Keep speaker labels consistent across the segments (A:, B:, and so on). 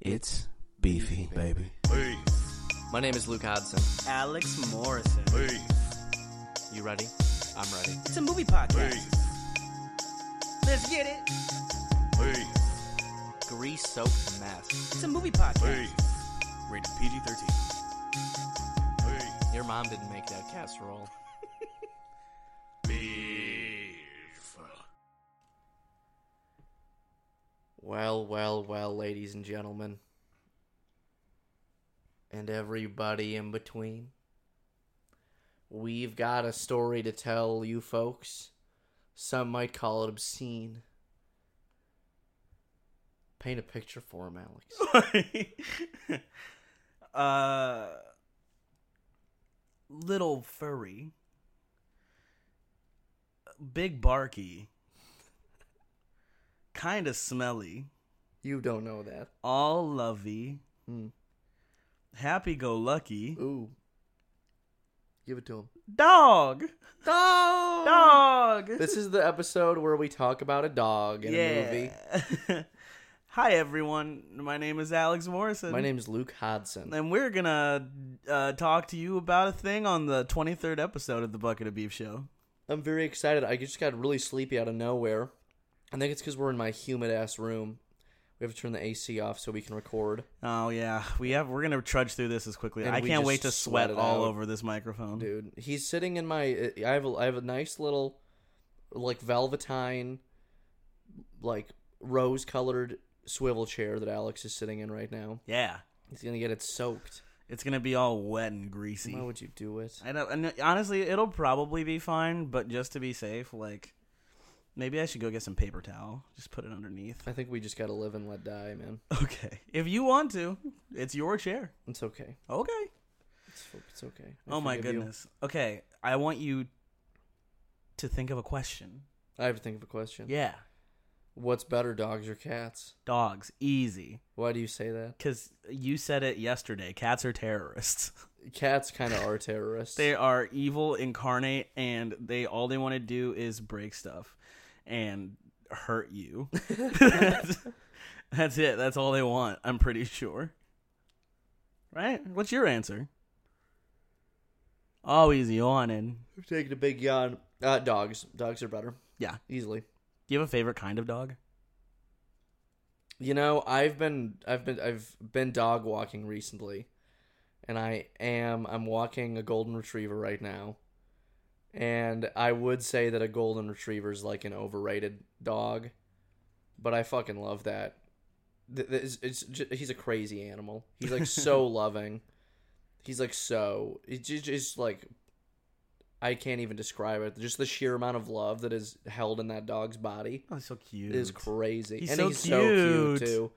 A: It's beefy, baby.
B: My name is Luke Hodson.
C: Alex Morrison.
B: You ready? I'm ready.
C: It's a movie podcast. Let's get it.
B: Grease soaked mess.
C: It's a movie podcast.
B: Rated PG 13. Your mom didn't make that casserole. Well, well, well, ladies and gentlemen. And everybody in between. We've got a story to tell you folks. Some might call it obscene. Paint a picture for him, Alex.
C: uh, little furry, big barky, kind of smelly,
B: You don't know that.
C: all lovey,
B: Hmm.
C: happy go lucky
B: Ooh. Give it to him.
C: dog.
B: Dog!
C: Dog.
B: This is the episode where we talk about a dog in a movie.
C: movie. Hi everyone. My name is Alex Morrison.
B: My name's Luke Hodson.
C: And we're gonna uh, talk to you about a thing on the 23rd episode of the Bucket of Beef Show.
B: I'm very excited. I just got really sleepy out of nowhere. I think it's because we're in my humid ass room. We have to turn the AC off so we can record.
C: Oh yeah, we have. We're gonna trudge through this as quickly.
B: And
C: I
B: we
C: can't
B: just
C: wait to
B: sweat
C: sweat
B: it
C: all
B: out.
C: over this microphone.
B: Dude, he's sitting in my. I have a, I have a nice little, like, velvetine, like, rose colored swivel chair that Alex is sitting in right now.
C: Yeah,
B: He's going to get it soaked.
C: it's gonna be all wet and greasy.
B: Why would you do it?
C: I don't. And honestly, it'll probably be fine. But just to be safe, like maybe I should go get some paper towel. Just put it underneath.
B: I think we just gotta live and let die, man.
C: Okay, if you want to, it's your chair.
B: It's okay.
C: Okay.
B: It's, fo- it's okay. I
C: oh my
B: forgive you.
C: goodness. Okay, I want you to think of a question.
B: I have to think of a question.
C: Yeah.
B: What's better, dogs or cats?
C: Dogs, easy.
B: Why do you say that?
C: Because you said it yesterday. Cats are terrorists.
B: Cats kind of are terrorists.
C: they are evil incarnate, and they all they want to do is break stuff and hurt you. that's, that's it. That's all they want. I'm pretty sure. Right? What's your answer? Oh, Always yawning.
B: We've taken a big yawn. Uh, dogs. Dogs are better.
C: Yeah.
B: Easily.
C: Do you have a favorite kind of dog?
B: You know, I've been, I've been, I've been dog walking recently, and I am, I'm walking a golden retriever right now, and I would say that a golden retriever is like an overrated dog, but I fucking love that. Th- th- It's, it's ju- he's a crazy animal. He's like so loving. He's like so. It's just, just like I can't even describe it. Just the sheer amount of love that is held in that dog's body
C: Oh, so cute.
B: is crazy.
C: He's
B: and
C: so
B: he's so cute
C: cute.
B: too.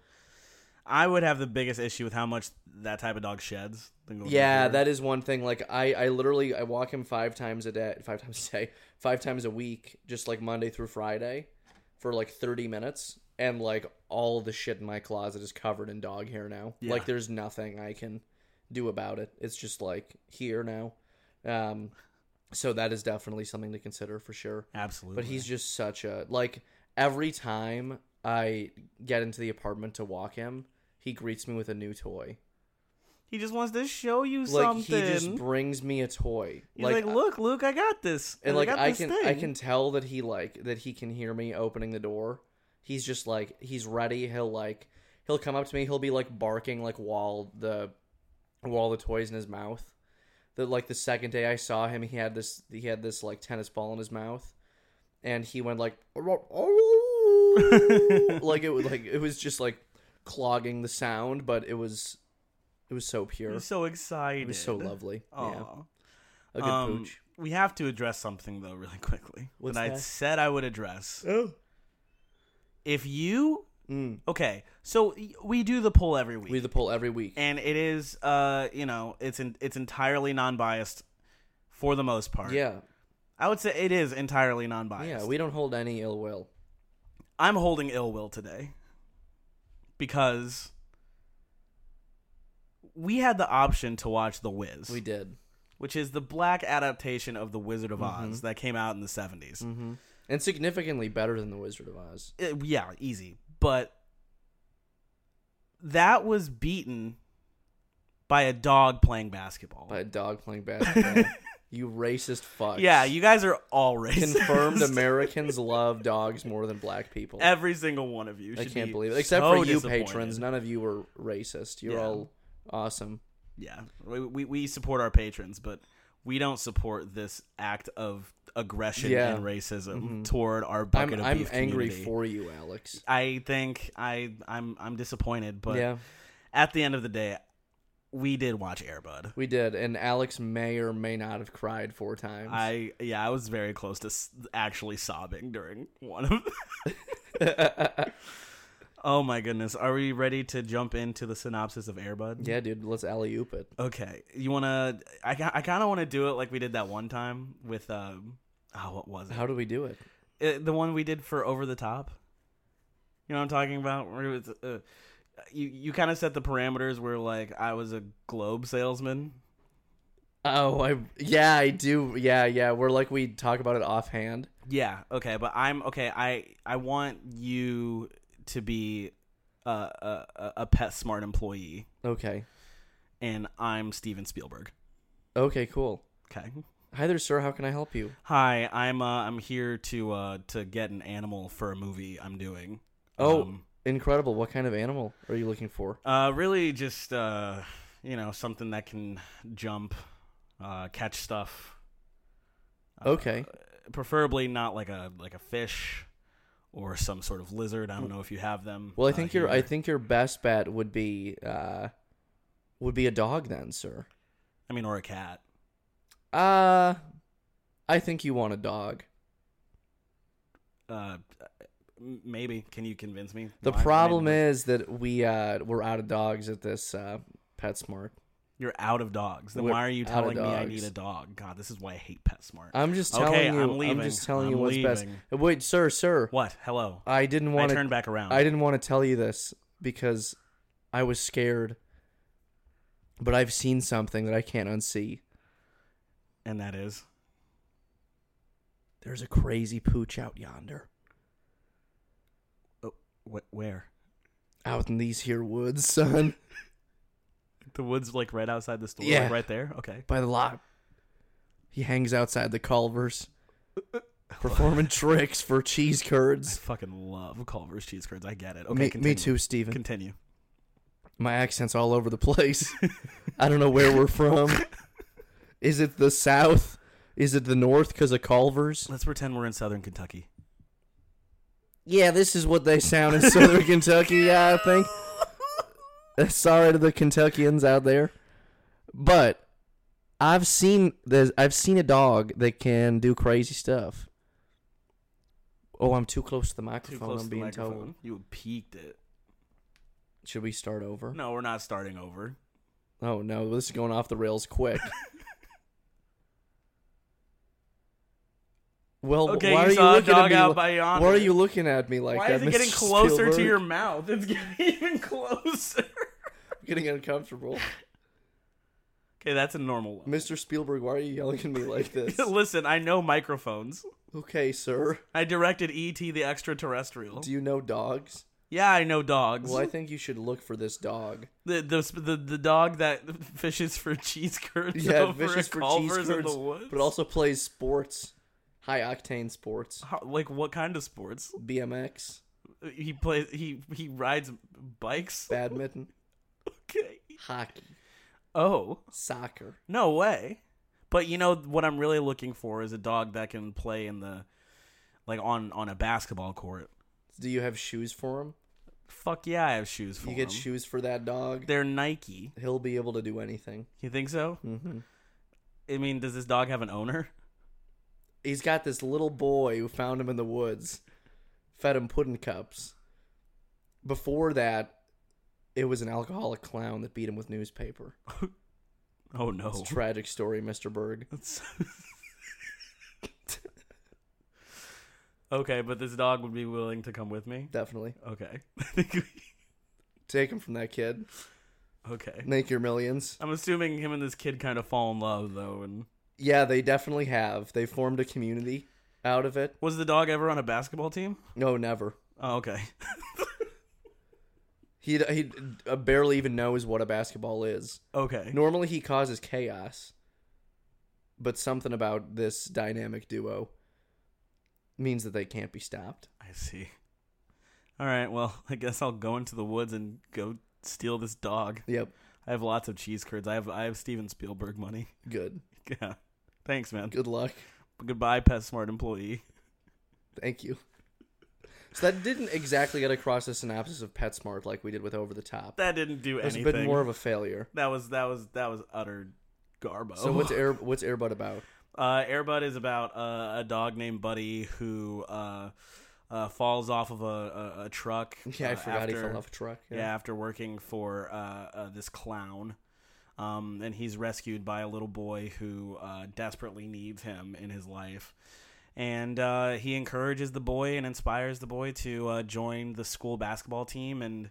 C: I would have the biggest issue with how much that type of dog sheds. than going
B: Yeah,
C: forward.
B: that is one thing. Like I, I literally I walk him five times a day, five times a day, five times a week, just like Monday through Friday, for like thirty minutes, and like all the shit in my closet is covered in dog hair now.
C: Yeah.
B: Like there's nothing I can do about it. It's just like here now. Um, so that is definitely something to consider for sure.
C: absolutely.
B: But he's just such a like every time I get into the apartment to walk him, he greets me with a new toy.
C: he just wants to show you
B: Like
C: something.
B: he just brings me a toy.
C: He's like, look, Luke, I got this.
B: and like
C: I, got
B: I
C: this
B: can
C: thing.
B: I can tell that he like that he can hear me opening the door. He's just like he's ready. He'll like he'll come up to me. He'll be like barking like while the while the toys in his mouth. That like the second day I saw him, he had this he had this like tennis ball in his mouth, and he went like like it was like it was just like clogging the sound, but it was it was so pure.
C: I'm so excited.
B: It was so lovely. Yeah,
C: Aw.
B: a good
C: Um,
B: pooch.
C: We have to address something though, really quickly.
B: What's
C: that I
B: that?
C: said I would address.
B: Oh.
C: If you
B: Mm.
C: okay, so y- we do the poll every week.
B: We do the poll every week.
C: and it is uh you know it's in, it's entirely non-biased for the most part
B: Yeah,
C: i would say it is entirely non-biased
B: yeah. We don't hold any ill will.
C: i'm holding ill will today because we had the option to watch the wiz
B: We did,
C: which is the black adaptation of the wizard of
B: Mm-hmm.
C: oz that came out in the 70s
B: Mm. and significantly better than the Wizard of Oz.
C: Uh, yeah easy but that was beaten by a dog playing basketball.
B: by a dog playing basketball. you racist fuck.
C: yeah, you guys are all racist.
B: confirmed Americans love dogs more than black people.
C: Every single one of you.
B: I
C: should
B: can't
C: be
B: believe it. Except
C: so
B: for you
C: disappointed.
B: patrons, none of you were racist. You're
C: Yeah.
B: all awesome.
C: Yeah, we, we we support our patrons, but we don't support this act of aggression
B: Yeah. Mm-hmm.
C: and racism toward our bucket
B: I'm,
C: of
B: I'm
C: beef
B: angry
C: community.
B: for you, Alex.
C: I think I I'm I'm disappointed, but
B: yeah,
C: at the end of the day, we did watch Airbud.
B: we did, and Alex may or may not have cried four times.
C: I yeah, I was very close to s- actually sobbing during one of. oh my goodness, are we ready to jump into the synopsis of Airbud?
B: yeah, dude, let's alley oop it.
C: Okay, you wanna? I ki- I kind of want to do it like we did that one time with um. Oh, what was it?
B: How do we do it?
C: Uh, the one we did for Over the Top. You know what I'm talking about? Where it was, uh, you you kind of set the parameters where like I was a globe salesman.
B: Oh, I yeah, I do. Yeah, yeah. We're like we talk about it offhand.
C: Yeah, okay, but I'm okay. I I want you to be a a, a- a pet smart employee,
B: Okay.
C: and I'm Steven Spielberg.
B: Okay. Cool.
C: Okay.
B: Hi there, sir. How can I help you?
C: Hi, I'm uh, I'm here to uh to get an animal for a movie I'm doing.
B: Oh,
C: Um,
B: incredible! What kind of animal are you looking for?
C: Uh, really, just uh, you know, something that can jump, uh, catch stuff. Uh,
B: Okay.
C: preferably not like a like a fish or some sort of lizard. I don't know if you have them.
B: Well, I
C: uh,
B: think your I
C: here.
B: think your best bet would be uh, would be a dog then, sir.
C: I mean, or a cat.
B: Uh I think you want a dog.
C: Uh, m- maybe. Can you convince me?
B: The
C: Why- why
B: problem
C: not?
B: is that we uh we're out of dogs at this uh PetSmart.
C: you're out of dogs. Then
B: We're
C: why are you
B: out of
C: telling me I
B: dogs. Uh,
C: need a dog? God, this is why I hate PetSmart.
B: I'm just telling
C: Okay,
B: you
C: I'm leaving.
B: just telling you
C: I'm
B: what's best.
C: leaving.
B: Wait, sir, sir.
C: what? Hello. I,
B: I didn't want
C: turned
B: to
C: back around.
B: I didn't want to tell you this because I was scared. But I've seen something that I can't unsee.
C: and that is.
B: There's a crazy pooch out yonder,
C: Oh, wh- where?
B: out in these here woods, son,
C: The woods, like right outside the store,
B: Yeah.
C: like right there. Okay.
B: by the lot. He hangs outside the Culvers, performing tricks for cheese
C: I
B: curds.
C: fucking love Culver's cheese curds. I get it. Okay,
B: Me- me,
C: continue.
B: too, Steven.
C: Continue.
B: My accent's all over the place. I don't know where we're from. Is it the South? Is it the North because of Culvers?
C: Let's pretend we're in Southern Kentucky.
B: Yeah, this is what they sound in Southern Kentucky, I think. Sorry to the Kentuckians out there. But I've seen there's I've seen a dog that can do crazy stuff. Oh, I'm too close to the microphone. I'm being told.
C: You peaked it.
B: Should we start over?
C: No, we're not starting over.
B: Oh no, this is going off the rails quick. well,
C: Okay,
B: why
C: you
B: are
C: saw a
B: you looking at
C: dog
B: me?
C: out
B: li-
C: by yonder.
B: why are you looking at me like
C: Why
B: that?
C: is it getting
B: Mr.
C: closer to
B: Spielberg?
C: your mouth? It's getting even closer.
B: Getting uncomfortable.
C: Okay, that's a normal one.
B: Mr. Spielberg, why are you yelling at me like this?
C: Listen, I know microphones.
B: okay, sir.
C: I directed E.T. the Extraterrestrial.
B: Do you know dogs?
C: yeah, I know dogs.
B: Well, I think you should look for this dog.
C: The, the the the dog that fishes for cheese curds
B: Yeah,
C: over
B: vicious
C: at
B: for cheese
C: Culver's in
B: curds,
C: the woods.
B: but also plays sports, high octane sports,
C: How- like what kind of sports?
B: BMX,
C: He plays. He he rides bikes.
B: badminton,
C: Okay.
B: hockey,
C: Oh
B: soccer.
C: no way! But you know what I'm really looking for is a dog that can play in the, like on on a basketball court.
B: Do you have shoes for him?
C: Fuck yeah, I have shoes for
B: You
C: him.
B: get shoes for that dog.
C: They're Nike.
B: He'll be able to do anything.
C: You think so?
B: Mm-hmm.
C: I mean, does this dog have an owner?
B: He's got this little boy who found him in the woods, fed him pudding cups. Before that, it was an alcoholic clown that beat him with newspaper.
C: Oh
B: It's
C: no.
B: a tragic story, Mr. Berg.
C: okay, but this dog would be willing to come with me.
B: Definitely.
C: Okay. I think we-
B: Take him from that kid.
C: okay.
B: Make your millions.
C: I'm assuming him and this kid kind of fall in love though. And
B: Yeah, they definitely have. They formed a community out of it.
C: Oh, was the dog ever on a basketball team?
B: No, never.
C: Oh, okay.
B: He he uh, barely even knows what a basketball is.
C: Okay.
B: Normally he causes chaos, but something about this dynamic duo means that they can't be stopped.
C: I see. All right. Well, I guess I'll go into the woods and go steal this dog.
B: Yep,
C: I have lots of cheese curds. I have I have Steven Spielberg money.
B: good.
C: Yeah. Thanks, man.
B: Good luck.
C: Goodbye, PetSmart employee.
B: Thank you. So that didn't exactly get across the synopsis of PetSmart like we did with Over the Top.
C: That didn't do
B: It's
C: anything.
B: a bit more of a failure.
C: that was that was that was utter garbo.
B: So what's Air what's Airbud about?
C: Uh, Airbud is about uh, a dog named Buddy who uh, uh, falls off of a, a, a truck.
B: Yeah, I
C: uh,
B: forgot he
C: after-
B: fell off a truck.
C: Yeah. after working for uh, uh, this clown. Um, and he's rescued by a little boy who uh, desperately needs him in his life. And uh, he encourages the boy and inspires the boy to uh, join the school basketball team. And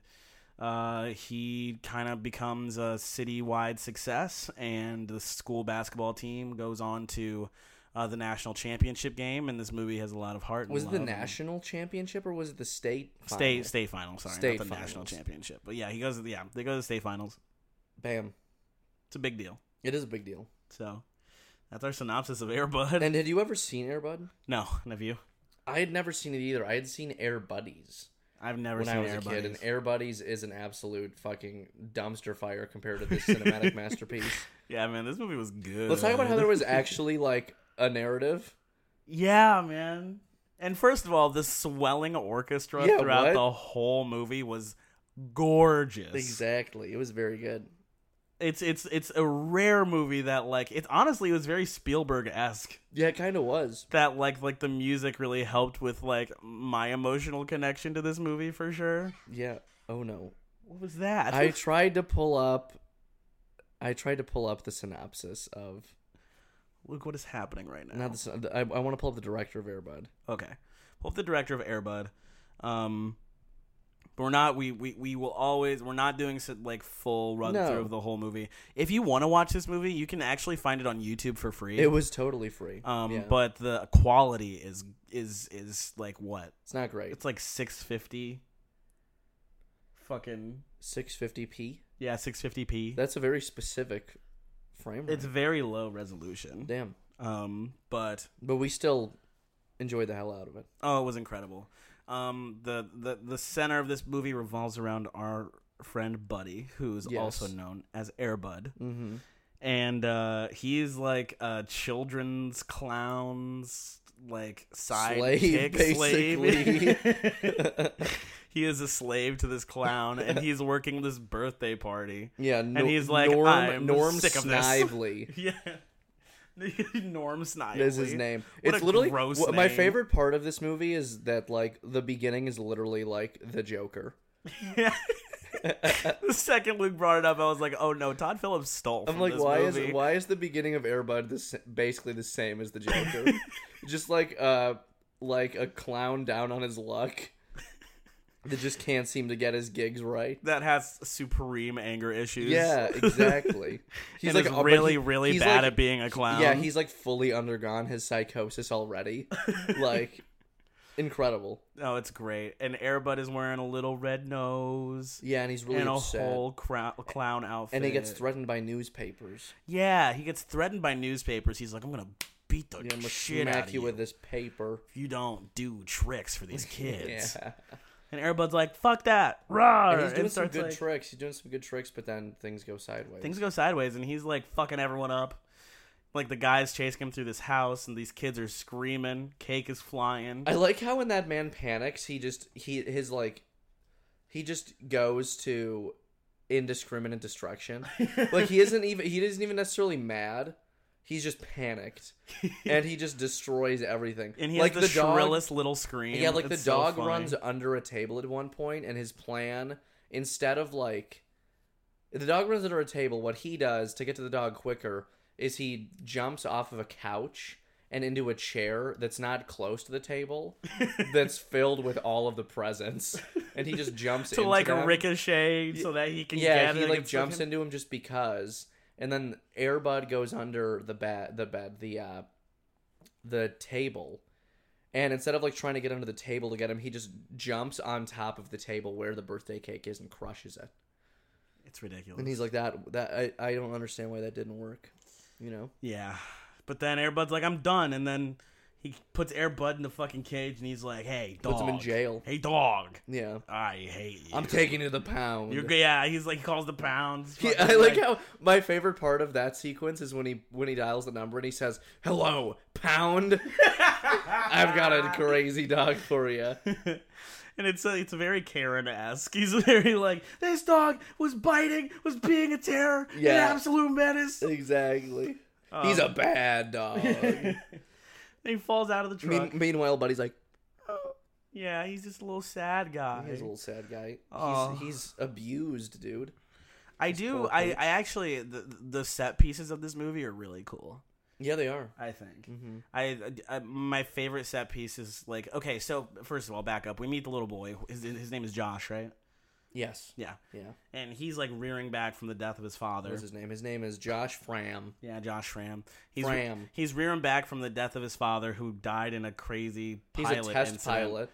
C: uh, he kind of becomes a citywide success. And the school basketball team goes on to uh, the national championship game. And this movie has a lot of heart. and
B: Was it the
C: love and-
B: national championship or was it the state? final?
C: state state final. Sorry,
B: State
C: not the national
B: finals.
C: championship. But yeah, he goes. to the- Yeah, they go to the state finals.
B: Bam!
C: It's a big deal.
B: It is a big deal.
C: So that's our synopsis of Airbud.
B: And had you ever seen Airbud?
C: no, none of you.
B: I had never seen it either. I had seen Air Buddies
C: I've never
B: when
C: seen
B: I was
C: Airbud.
B: a kid, and Air Buddies is an absolute fucking dumpster fire compared to this cinematic masterpiece.
C: yeah, man, this movie was good.
B: Let's talk about how there was actually like a narrative.
C: Yeah, man. And first of all, the swelling orchestra
B: Yeah,
C: throughout
B: what?
C: the whole movie was gorgeous.
B: Exactly. It was very good.
C: It's it's it's a rare movie that like it's honestly it was very Spielberg esque.
B: Yeah, it kind of was.
C: That like like the music really helped with like my emotional connection to this movie for sure.
B: Yeah. Oh no.
C: What was that?
B: I tried to pull up. I tried to pull up the synopsis of
C: Look what is happening right now.
B: not the. syn- I, I want to pull up the director of Airbud.
C: Okay. Well, if the director of Airbud, um, but we're not. We, we we will always. We're not doing so, like full run
B: No.
C: through of the whole movie. If you want to watch this movie, you can actually find it on YouTube for free.
B: It was totally free.
C: um,
B: Yeah.
C: but the quality is is is like what?
B: it's not great.
C: It's like six fifty. Fucking
B: 650p.
C: yeah, six fifty p.
B: That's a very specific frame rate.
C: It's very low resolution.
B: Damn.
C: Um, but
B: But we still enjoy the hell out of it.
C: Oh, it was incredible. Um, the, the the center of this movie revolves around our friend Buddy, who's
B: Yes.
C: also known as Airbud,
B: Mm-hmm.
C: and uh, he's like a children's clowns like sidekick
B: basically.
C: slave. he is a slave to this clown, and he's working this birthday party.
B: Yeah, Nor-
C: he's like,
B: Norm,
C: "I'm
B: Norm
C: sick of this."
B: Snively.
C: Yeah, Norm Snively
B: is his name.
C: What
B: it's
C: a
B: literally
C: gross
B: wh- my
C: name.
B: favorite part of this movie is that like the beginning is literally like the Joker.
C: Yeah. the second Luke brought it up, I was like, "Oh no, Todd Phillips stole." From
B: I'm like,
C: this
B: why
C: movie.
B: is why is the beginning of Airbud the, s- basically the same as the Joker? just like uh like a clown down on his luck that just can't seem to get his gigs right.
C: that has supreme anger issues?
B: Yeah, exactly.
C: He's
B: like
C: like
B: uh, but
C: really,
B: he-
C: really
B: he's
C: bad
B: like-
C: at being a clown.
B: Yeah, he's like fully undergone his psychosis already. like incredible.
C: oh, it's great. And Airbud is wearing a little red nose
B: Yeah, and he's really
C: and a
B: upset.
C: whole crow- clown outfit.
B: and he gets threatened by newspapers.
C: yeah, he gets threatened by newspapers. He's like, "I'm gonna beat the
B: Yeah, I'm gonna
C: shit out
B: smack
C: of
B: you
C: you
B: with this paper.
C: if you don't do tricks for these kids."
B: Yeah,
C: And Airbud's like, "Fuck that!" Rawr!
B: and he's doing some
C: starts,
B: good
C: like-
B: tricks. He's doing some good tricks, but then things go sideways.
C: things go sideways and he's like fucking everyone up like the guys chasing him through this house and these kids are screaming cake is flying
B: I like how when that man panics, he just he his like he just goes to indiscriminate destruction. like he isn't even he isn't even necessarily mad. He's just panicked, and he just destroys everything.
C: and he
B: like
C: has the,
B: the dog,
C: shrillest little scream
B: yeah, like the
C: It's so
B: dog
C: funny.
B: runs under a table at one point, and his plan instead of like the dog runs under a table, what he does to get to the dog quicker is he jumps off of a couch and into a chair that's not close to the table, that's filled with all of the presents, and he just jumps
C: to
B: into
C: like
B: them.
C: a ricochet so that he can
B: Yeah,
C: get
B: he
C: it
B: like
C: It's
B: jumps
C: fucking-
B: into him just because, and then Airbud goes under the bed, the bed, the uh, the table, And instead of like trying to get under the table to get him, he just jumps on top of the table where the birthday cake is and crushes it.
C: It's ridiculous.
B: And he's like, "That that I, I don't understand why that didn't work." You know?
C: Yeah. But then Airbud's like, I'm done. And then he puts Airbud in the fucking cage and he's like, hey, dog.
B: Puts him in jail.
C: Hey, dog.
B: Yeah.
C: I hate you.
B: I'm taking you to the pound.
C: You're, yeah, he's like, he calls the pounds.
B: He- I like how my favorite part of that sequence is when he when he dials the number and he says, "Hello, pound." I've got a crazy dog for you.
C: and it's uh, it's very Karen esque. He's very like, this dog was biting, was being a terror,
B: Yeah.
C: an absolute menace.
B: Exactly. He's
C: Um,
B: a bad dog.
C: and he falls out of the truck.
B: mean, meanwhile, Buddy's like,
C: yeah, he's just a little sad guy.
B: he's a little sad guy.
C: Aw.
B: He's, he's abused, dude.
C: I do.
B: poor
C: I,
B: Pete.
C: I actually the the set pieces of this movie are really cool.
B: Yeah, they are.
C: I think.
B: hmm
C: I, I my favorite set piece is like okay. So first of all, back up. We meet the little boy. His, his name is Josh, right?
B: Yes.
C: Yeah,
B: Yeah.
C: and he's like rearing back from the death of his father.
B: What's his name? His name is Josh Fram.
C: Yeah, Josh Fram. He's
B: Fram.
C: he's rearing back from the death of his father, who died in a crazy
B: He's
C: pilot
B: a test
C: incident,
B: pilot.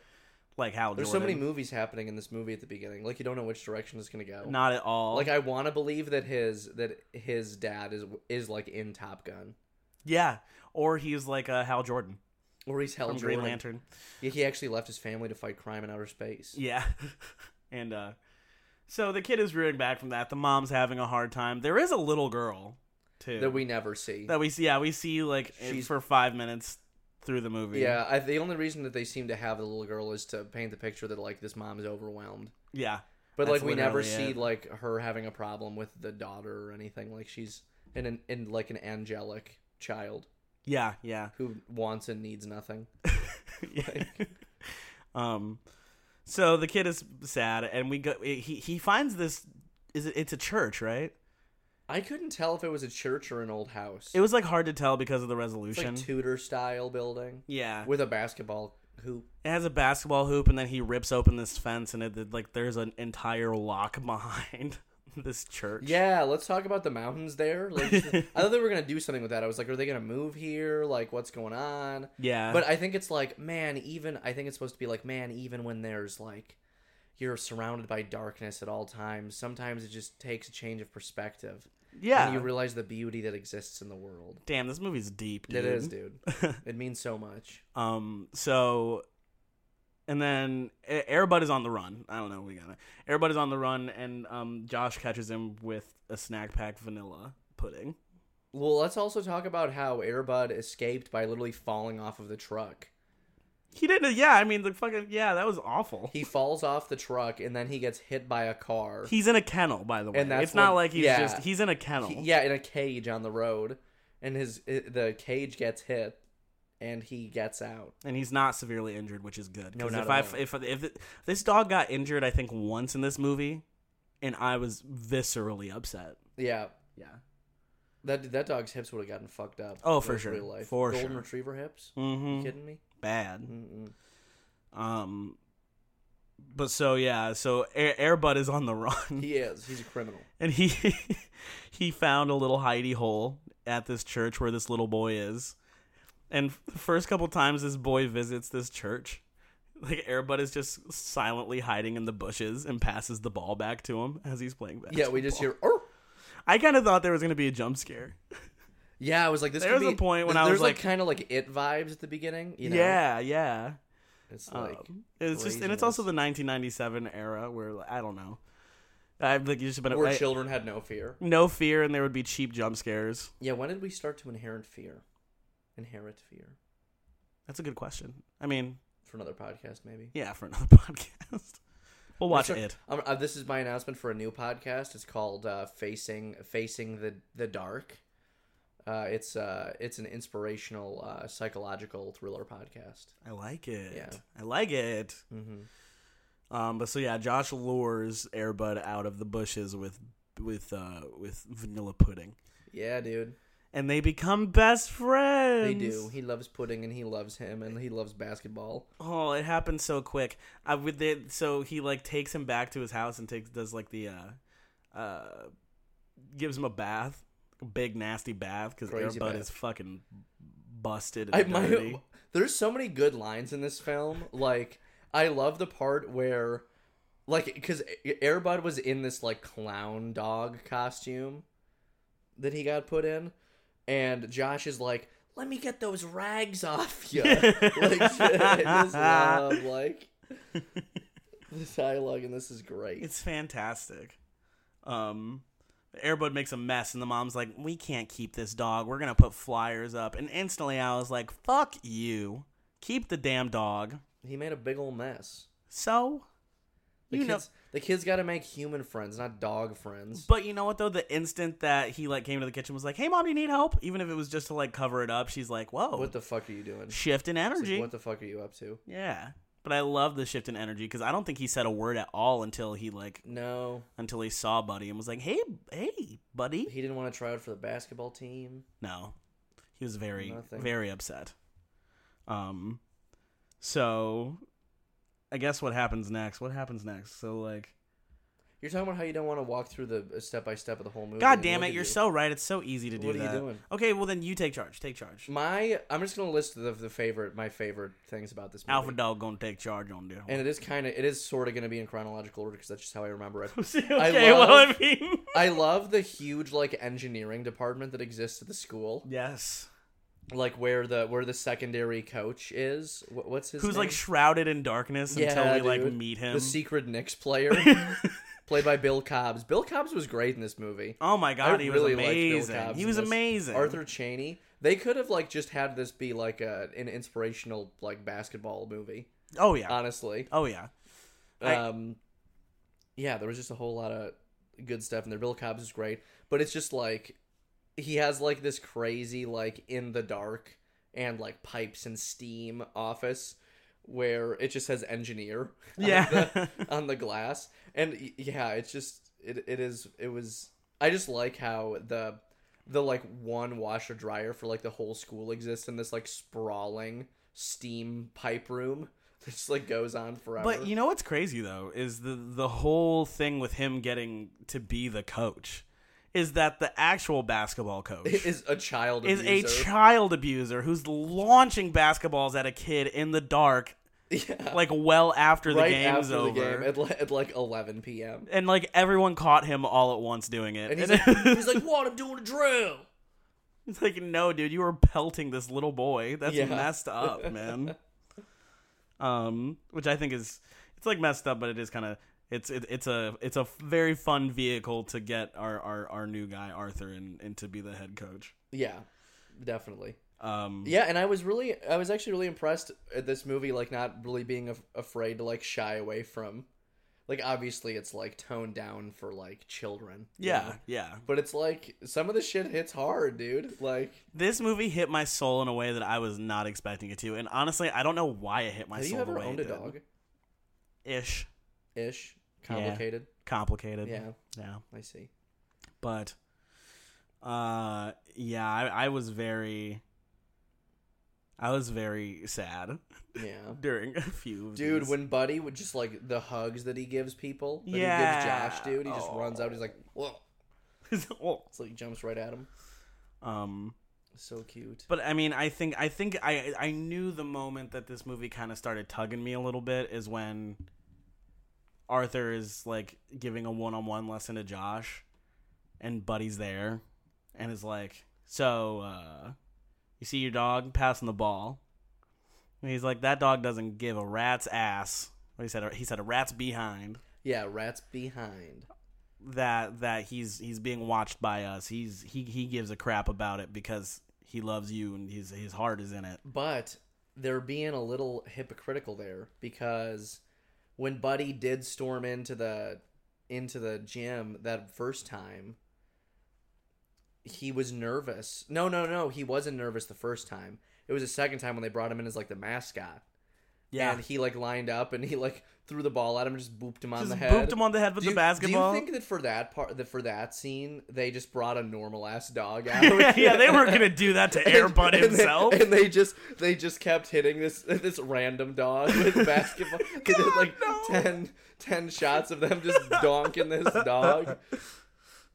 C: Like Hal
B: There's so
C: Jordan.
B: many movies happening in this movie at the beginning. Like you don't know which direction it's gonna go.
C: Not at all.
B: Like I want to believe that his that his dad is is like in Top Gun
C: yeah, or he's like uh, Hal Jordan
B: or he's Hal
C: from
B: Jordan.
C: Green Lantern.
B: Yeah, he actually left his family to fight crime in outer space.
C: Yeah. and uh so the kid is rearing back from that. The mom's having a hard time. There is a little girl too.
B: That we never see.
C: that we see yeah, we see like
B: She's-
C: for 5 minutes through the movie.
B: yeah, I, the only reason that they seem to have the little girl is to paint the picture that like this mom is overwhelmed,
C: Yeah.
B: but
C: That's
B: like we never
C: literally
B: see
C: it.
B: like her having a problem with the daughter or anything. Like she's in an in like an angelic child
C: Yeah, yeah.
B: who wants and needs nothing.
C: Yeah. um so the kid is sad and we go he he finds this is it, it's a church, right?
B: I couldn't tell if it was a church or an old house.
C: It was like hard to tell because of the
B: It's
C: resolution.
B: like Tudor style building
C: yeah.
B: with a basketball hoop.
C: It has a basketball hoop, and then he rips open this fence, and it like there's an entire lock behind this church.
B: Yeah, let's talk about the mountains there. Like, I thought they were gonna do something with that. I was like, are they gonna move here? Like, what's going on?
C: yeah.
B: But I think it's like, man, even I think it's supposed to be like, man, even when there's like, you're surrounded by darkness at all times. Sometimes it just takes a change of perspective,
C: yeah,
B: and you realize the beauty that exists in the world.
C: damn, this movie's deep. Dude.
B: It is, dude. it means so much.
C: um, so, and then A- Airbud is on the run. I don't know. We got it. Airbud is on the run, and um, Josh catches him with a snack pack vanilla pudding.
B: Well, let's also talk about how Airbud escaped by literally falling off of the truck.
C: He didn't. Yeah, I mean the fucking yeah, that was awful.
B: He falls off the truck and then he gets hit by a car.
C: he's in a kennel, by the way.
B: And that's
C: it's not
B: what-
C: like he's
B: yeah.
C: just he's in a kennel.
B: He- yeah, in a cage on the road, and his i the cage gets hit, and he gets out.
C: and he's not severely injured, which is good.
B: No,
C: 'Cause
B: not at
C: if I
B: all.
C: if if it- this dog got injured, I think once in this movie, and I was viscerally upset.
B: Yeah,
C: Yeah.
B: that that dog's hips would have gotten fucked up.
C: Oh, for
B: Those
C: sure.
B: real life.
C: For
B: golden
C: sure.
B: retriever hips. You
C: Mm-hmm.
B: kidding me?
C: Bad.
B: Mm-mm.
C: Um. But so yeah, so Air- Airbud is on the run,
B: He is. He's a criminal.
C: and he he found a little hidey hole at this church where this little boy is, and f- the first couple times this boy visits this church. Like Airbud is just silently hiding in the bushes and passes the ball back to him as he's playing basketball.
B: Yeah, we just hear. "Arr!"
C: I kind of thought there was going to be a jump scare.
B: Yeah, I was like, this.
C: There
B: could
C: was a
B: be-
C: point when
B: th-
C: I was
B: there's like,
C: like-
B: kind of like it vibes at the beginning. You know?
C: yeah, yeah.
B: it's
C: Um,
B: like
C: it's just, and it's
B: craziness.
C: also the 1997 era where like, I don't know. I've like you just been
B: where
C: I-
B: children had no fear.
C: no fear, and there would be cheap jump scares.
B: Yeah, when did we start to inherit fear? Inherit fear
C: That's a good question. I mean,
B: for another podcast, maybe.
C: yeah, for another podcast, we'll watch
B: Sorry.
C: it.
B: Um, uh, this is my announcement for a new podcast. It's called uh, "Facing Facing the the Dark." Uh, it's uh, it's an inspirational uh, psychological thriller podcast.
C: I like it.
B: Yeah.
C: I like it.
B: Mm-hmm.
C: Um, but so yeah, Josh lures Airbud out of the bushes with with uh with vanilla pudding,
B: Yeah, dude,
C: and they become best friends.
B: they do. He loves pudding, and he loves him, and he loves basketball.
C: Oh, it happened so quick. I would they, so he like takes him back to his house and takes does like the uh uh gives him a bath, a big nasty bath cuz
B: Crazy
C: Airbud
B: bath.
C: is fucking busted. And
B: I
C: dirty.
B: my, there's so many good lines in this film. Like I love the part where like because Airbud was in this like clown dog costume that he got put in, and Josh is like, "Let me get those rags off you." like, I just love, like this dialogue, and this is great.
C: It's fantastic. Um, Airbud makes a mess, and the mom's like, "We can't keep this dog. We're gonna put flyers up." And instantly, I was like, "Fuck you! Keep the damn dog."
B: he made a big old mess.
C: So,
B: The
C: you know.
B: kids, the kids got to make human friends, not dog friends.
C: But you know what though? The instant that he like came to the kitchen was like, "Hey, mom, do you need help?" Even if it was just to like cover it up, she's like, "Whoa,
B: what the fuck are you doing?
C: shift in
B: It's
C: energy."
B: like, what the fuck are you up to?
C: yeah, but I love the shift in energy because I don't think he said a word at all until he like
B: No,
C: until he saw Buddy and was like, "Hey, hey, Buddy."
B: he didn't want to try out for the basketball team.
C: No, he was very
B: Nothing.
C: very upset. Um, so I guess what happens next? What happens next? So like,
B: You're talking about how you don't want to walk through the step by step of the whole movie.
C: God
B: and
C: damn
B: look
C: it,
B: at
C: you're
B: you.
C: so right. It's so easy to do
B: What are you
C: that.
B: doing?
C: Okay, well then you take charge. Take charge.
B: My, I'm just gonna list the, the favorite, my favorite things about this movie.
C: Alpha Dog gonna take charge on this.
B: and it is kind of, it is sort of gonna be in chronological order because that's just how I remember it.
C: okay,
B: love-
C: well I mean,
B: I love the huge like engineering department that exists at the school,
C: yes.
B: like where the where the secondary coach is. Wh- What's his?
C: Who's
B: name?
C: like shrouded in darkness until
B: Yeah,
C: we like
B: dude.
C: meet him.
B: the secret Knicks player, played by Bill Cobbs. Bill Cobbs was great in this movie.
C: oh my god,
B: I
C: he
B: really
C: was
B: liked Bill
C: amazing.
B: Cobbs
C: He
B: in
C: was
B: this.
C: amazing.
B: Arthur Cheney. They could have like just had this be like a an inspirational like basketball movie.
C: Oh yeah.
B: Uh, Honestly,
C: oh yeah. I-
B: um, yeah, there was just a whole lot of good stuff in there. Bill Cobbs is great, but it's just like he has like this crazy like in the dark and like pipes and steam office where it just says engineer. on the-
C: Yeah.
B: on the glass and y- yeah it's just it, it is it was i just like how the the like one washer dryer for like the whole school exists in this like sprawling steam pipe room that just like goes on forever
C: But you know what's crazy though is the the whole thing with him getting to be the coach is that the actual basketball coach
B: it is a child
C: is a
B: abuser.
C: child abuser who's launching basketballs at a kid in the dark
B: yeah.
C: like well after the
B: right
C: game's
B: after
C: over.
B: the game at, li- at like 11 p.m
C: And like everyone caught him all at once doing it.
B: and he's like, he's like what i'm doing a drill
C: It's like, no, dude, you were pelting this little boy. That's
B: Yeah.
C: messed up, man. um, which I think is it's like messed up, but it is kind of it's it, it's a it's a very fun vehicle to get our our, our new guy Arthur and and to be the head coach.
B: yeah definitely
C: Um,
B: Yeah, and I was really, I was actually really impressed at this movie, like not really being af- afraid to like shy away from, like obviously it's like toned down for like children. you
C: yeah,
B: know?
C: yeah.
B: But it's like some of the shit hits hard, dude. Like,
C: This movie hit my soul in a way that I was not expecting it to, and honestly, I don't know why it hit my
B: have
C: soul.
B: you
C: the
B: ever
C: way
B: owned
C: it
B: a
C: did.
B: dog?
C: Ish,
B: Ish, complicated.
C: complicated.
B: Yeah,
C: yeah.
B: I see.
C: but uh yeah I, I was very i was very sad
B: Yeah,
C: during a few of
B: dude.
C: these.
B: When Buddy would just like the hugs that he gives people, that
C: Yeah.
B: he gives Josh, dude, he just runs out. He's like, whoa,
C: Oh.
B: it's like jumps right at him.
C: um
B: So cute.
C: but i mean i think i think i i knew the moment that this movie kind of started tugging me a little bit is when arthur is like giving a one-on-one lesson to josh and buddy's there and is like so uh you see your dog passing the ball and he's like that dog doesn't give a rat's ass what he said he said a rat's behind
B: Yeah, rats behind.
C: that that he's he's being watched by us he's he he gives a crap about it because he loves you and his his heart is in it
B: But they're being a little hypocritical there because when Buddy did storm into the into the gym that first time, he was nervous. No, no, no, he wasn't nervous the first time. It was the second time when they brought him in as like the mascot.
C: yeah
B: And he like lined up and he like threw the ball at him and just booped him on
C: just
B: the head.
C: booped him on the head with
B: Do you-
C: the basketball.
B: Do you think that for that part that for that scene they just brought a normal ass dog out?
C: yeah, they weren't gonna do that to
B: And
C: Airbud
B: they-
C: himself.
B: And they, just they just kept hitting this this random dog with basketball. they did like
C: no.
B: ten, 10 shots of them just donking this dog.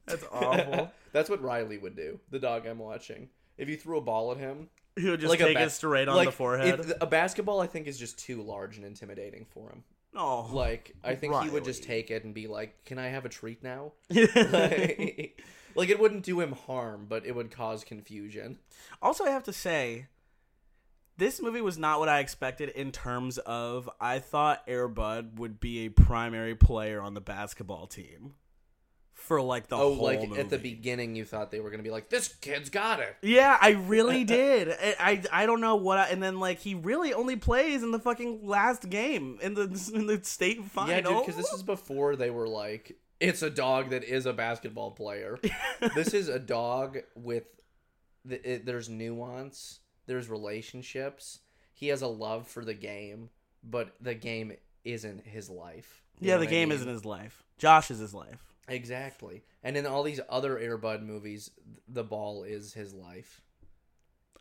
C: That's awful.
B: That's what Riley would do. The dog I'm watching. If you threw a ball at him,
C: He'll just
B: Like a
C: take
B: bat-
C: it straight on
B: like
C: the forehead.
B: it- a basketball, I think, is just too large and intimidating for him.
C: oh,
B: Like I think he would just
A: Riley.
B: take it and be like, "Can I have a treat now?" like like, it wouldn't do him harm, but it would cause confusion.
C: Also, I have to say, this movie was not what I expected in terms of I thought Airbud would be a primary player on the basketball team for like the
B: oh,
C: whole
B: like
C: movie.
B: at the beginning, you thought they were gonna be like, "This kid's got it."
C: Yeah, I really did. I, I I don't know what. I, and then like he really only plays in the fucking last game in the in the state final.
B: Yeah, dude, because this
C: oh.
B: is before they were like, "It's a dog that is a basketball player." this is a dog with the, it, there's nuance, there's relationships. He has a love for the game, but the game isn't his life. You
C: yeah,
B: know
C: the
B: what I
C: game
B: mean?
C: isn't his life. Josh is his life.
B: Exactly. And in all these other Airbud movies, th- the ball is his life.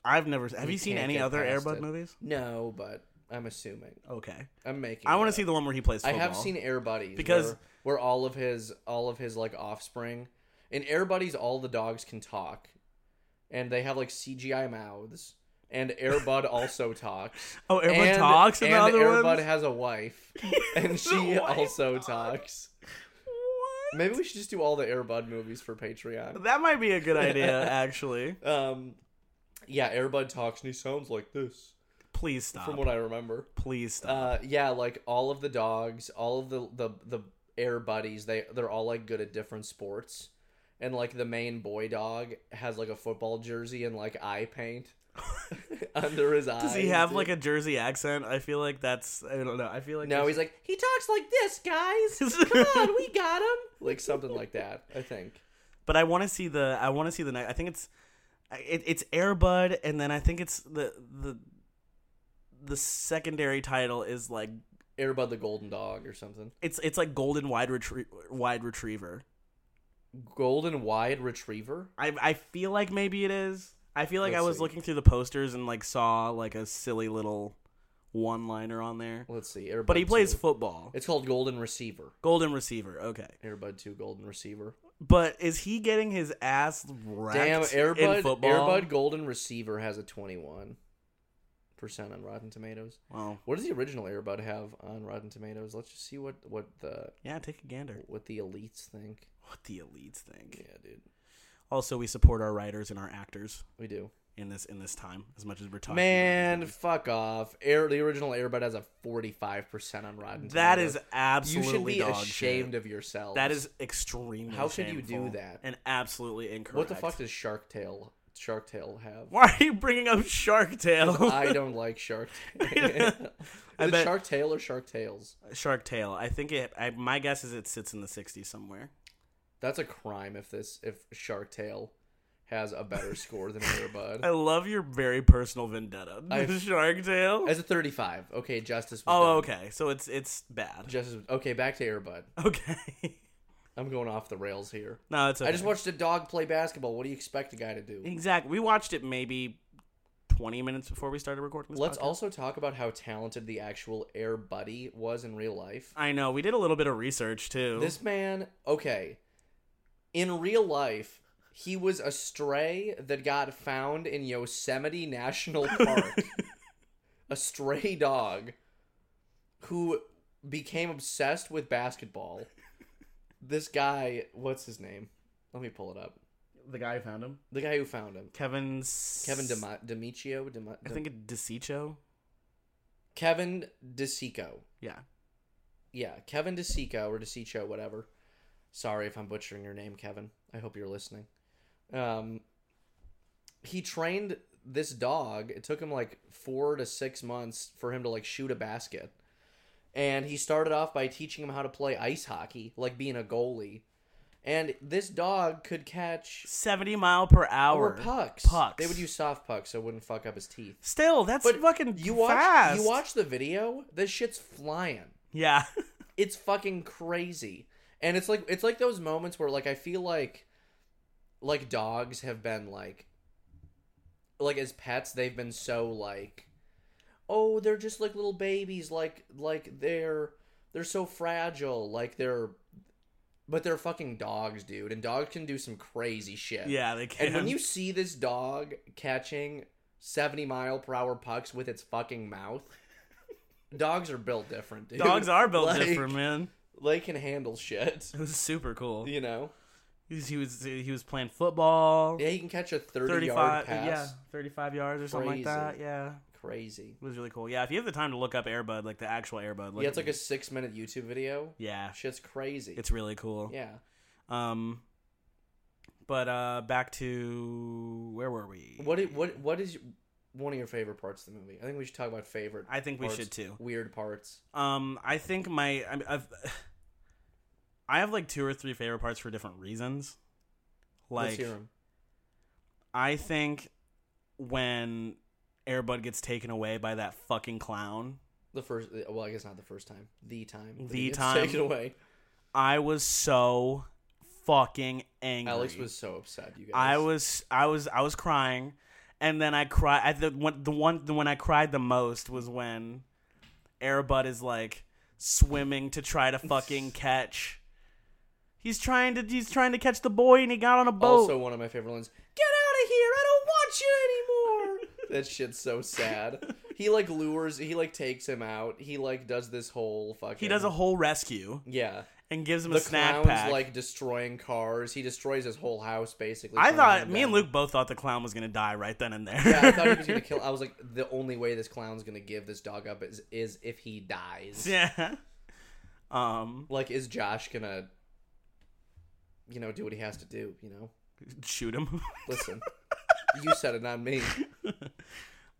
C: I've never. Have
B: He
C: you seen
B: can't
C: any
B: get
C: other
B: past
C: Airbud
B: it.
C: movies?
B: No, but I'm assuming.
C: Okay,
B: I'm making.
C: I
B: it
C: want to
B: up.
C: see the one where he plays.
B: I
C: Football.
B: have seen Air Buddies
C: Because-
B: where, where all of his all of his like offspring in Air Buddies all the dogs can talk, and they have like CGI mouths. And Air Bud also talks.
C: Oh, Airbud
B: and,
C: talks in
B: and
C: the other
B: Air Bud
C: ones?
B: has a wife, and
C: His
B: she
C: wife
B: also
C: talks.
B: talks.
C: What?
B: Maybe we should just do all the Air Bud movies for Patreon.
C: That might be a good idea, actually.
B: Um, yeah, Airbud talks and he sounds like this,
C: Please stop.
B: from what I remember.
C: Please stop.
B: Uh, yeah, like all of the dogs, all of the the the air buddies, they they're all like good at different sports, and like the main boy dog has like a football jersey and like eye paint under his eyes.
C: Does he have like a Jersey accent? I feel like that's. I don't know. I feel like
B: No, he's like he talks like this, guys. Come on, we got him. Like something like that, I think.
C: But I want to see the. I want to see the next. I think it's. It, it's Airbud, and then I think it's the the. The secondary title is like
B: Airbud the golden dog or something.
C: it's it's like Golden Wide Retrie- Wide Retriever.
B: Golden wide retriever.
C: I I feel like maybe it is. I feel like
B: Let's
C: I was
B: see.
C: looking through the posters and like saw like a silly little one liner on there.
B: Let's see. Airbud
C: But he plays
B: two.
C: football.
B: It's called golden receiver.
C: Golden receiver. Okay.
B: Airbud two golden receiver.
C: But is he getting his ass
B: Damn,
C: wrecked in
B: Airbud
C: football?
B: Airbud Golden Receiver has a 21% on Rotten Tomatoes.
C: Wow.
B: What does the original Airbud have on Rotten Tomatoes? Let's just see what what the
C: Yeah, take a gander.
B: what the elites think.
C: What the elites think.
B: Yeah, dude.
C: Also, we support our writers and our actors
B: We do.
C: in this in this time as much as we're talking.
B: Man, fuck off. Air the original Airbud has a 45% on Rotten
C: about
B: Tomatoes.
C: it. that is
B: You
C: absolutely
B: should be
C: dog
B: ashamed
C: shit.
B: of yourself.
C: That is extremely.
B: How could you do
C: shameful
B: that?
C: And absolutely incorrect.
B: What the fuck does Shark Tale Shark Tale have?
C: Why are you bringing up Shark Tale?
B: I don't like Shark Tale.
C: I
B: is it
C: bet-
B: Shark Tale or Shark Tales?
C: Shark Tale. I think it. I, my guess is it sits in the 60s somewhere.
B: That's a crime if this if Shark Tale has a better score than Airbud.
C: I love your very personal vendetta.
B: I-
C: Shark Tale.
B: As a 35. Okay, Justice. Was
C: Oh,
B: done.
C: okay. So it's it's bad.
B: Justice. was- Okay, back to Airbud.
C: Okay.
B: I'm going off the rails here.
C: no, it's okay.
B: I just watched a dog play basketball. What do you expect a guy to do?
C: exactly. We watched it maybe twenty minutes before we started recording. This
B: Let's
C: podcast.
B: also talk about how talented the actual Air Buddy was in real life.
C: I know we did a little bit of research too.
B: This man, okay, in real life, he was a stray that got found in Yosemite National Park. a stray dog who became obsessed with basketball. This guy, what's his name? Let me pull it up.
C: the guy who found him,
B: The guy who found him,
C: Kevin. S-
B: Kevin Dema- Demichio, Dema-
C: I think it DeCicho.
B: Kevin DeSico.
C: Yeah.
B: Yeah, Kevin DeSico or DeSico, whatever. Sorry if I'm butchering your name, Kevin. I hope you're listening. Um, he trained this dog. It took him like four to six months for him to like shoot a basket. And he started off by teaching him how to play ice hockey, like being a goalie. And this dog could catch
C: Seventy mile per hour.
B: or pucks.
C: Pucks.
B: They would use soft pucks so it wouldn't fuck up his teeth.
C: Still, that's
B: But
C: fucking
B: You watch
C: fast.
B: you watch the video, this shit's flying
C: Yeah.
B: it's fucking crazy and it's like it's like those moments where like i feel like like dogs have been like like as pets they've been so like oh they're just like little babies like like they're they're so fragile like they're but they're fucking dogs dude and dogs can do some crazy shit
C: yeah, they can.
B: and when you see this dog catching 70 mile per hour pucks with its fucking mouth. Dogs are built different, dude.
C: Dogs are built
B: Like,
C: different, man.
B: They can handle shit,
C: It was super cool.
B: you know?
C: He's- He was he was playing football.
B: Yeah, you can catch a 30 yard
C: 35
B: pass.
C: yeah, 35 yards or something like
B: Crazy.
C: that. Yeah.
B: Crazy.
C: It was really cool. Yeah, if you have the time to look up Airbud, like the actual Airbud, look
B: yeah, it's
C: up-
B: like a six minute YouTube video.
C: Yeah.
B: Shit's crazy.
C: It's really cool.
B: yeah.
C: Um but uh back to where were we?
B: What i- what what is one of your favorite parts of the movie? I think we should talk about favorite.
C: I think we
B: parts,
C: should too.
B: Weird parts.
C: Um I think my I mean, I've I have like two or three favorite parts for different reasons.
B: Let's
C: Like
B: hear 'em.
C: I think when Airbud gets taken away by that fucking clown,
B: The first, well, I guess not the first time. The time. that
C: The
B: he gets
C: time.
B: taken away.
C: I was so fucking angry.
B: Alex was so upset. You guys.
C: I was I was I was crying, and then I cried. I the one the one the when I cried the most was when Airbud is like swimming to try to fucking catch. He's trying to he's trying to catch the boy, and he got on a boat.
B: also one of my favorite lines. Get out of here! I don't want you anymore. that shit's so sad. He like lures. He like takes him out. He like does this whole fucking.
C: he does a whole rescue
B: Yeah.
C: and gives him
B: The
C: a snack
B: clown's
C: pack.
B: like destroying cars. He destroys his whole house basically.
C: I
B: trying to
C: thought
B: hunt
C: me and
B: down.
C: Luke both thought the clown was gonna die right then and there.
B: Yeah, I thought he was gonna kill. I was like, the only way this clown's gonna give this dog up is is if he dies.
C: yeah. Um,
B: Like, is Josh gonna, you know, do what he has to do? You know,
C: shoot him.
B: listen, you said it, not me.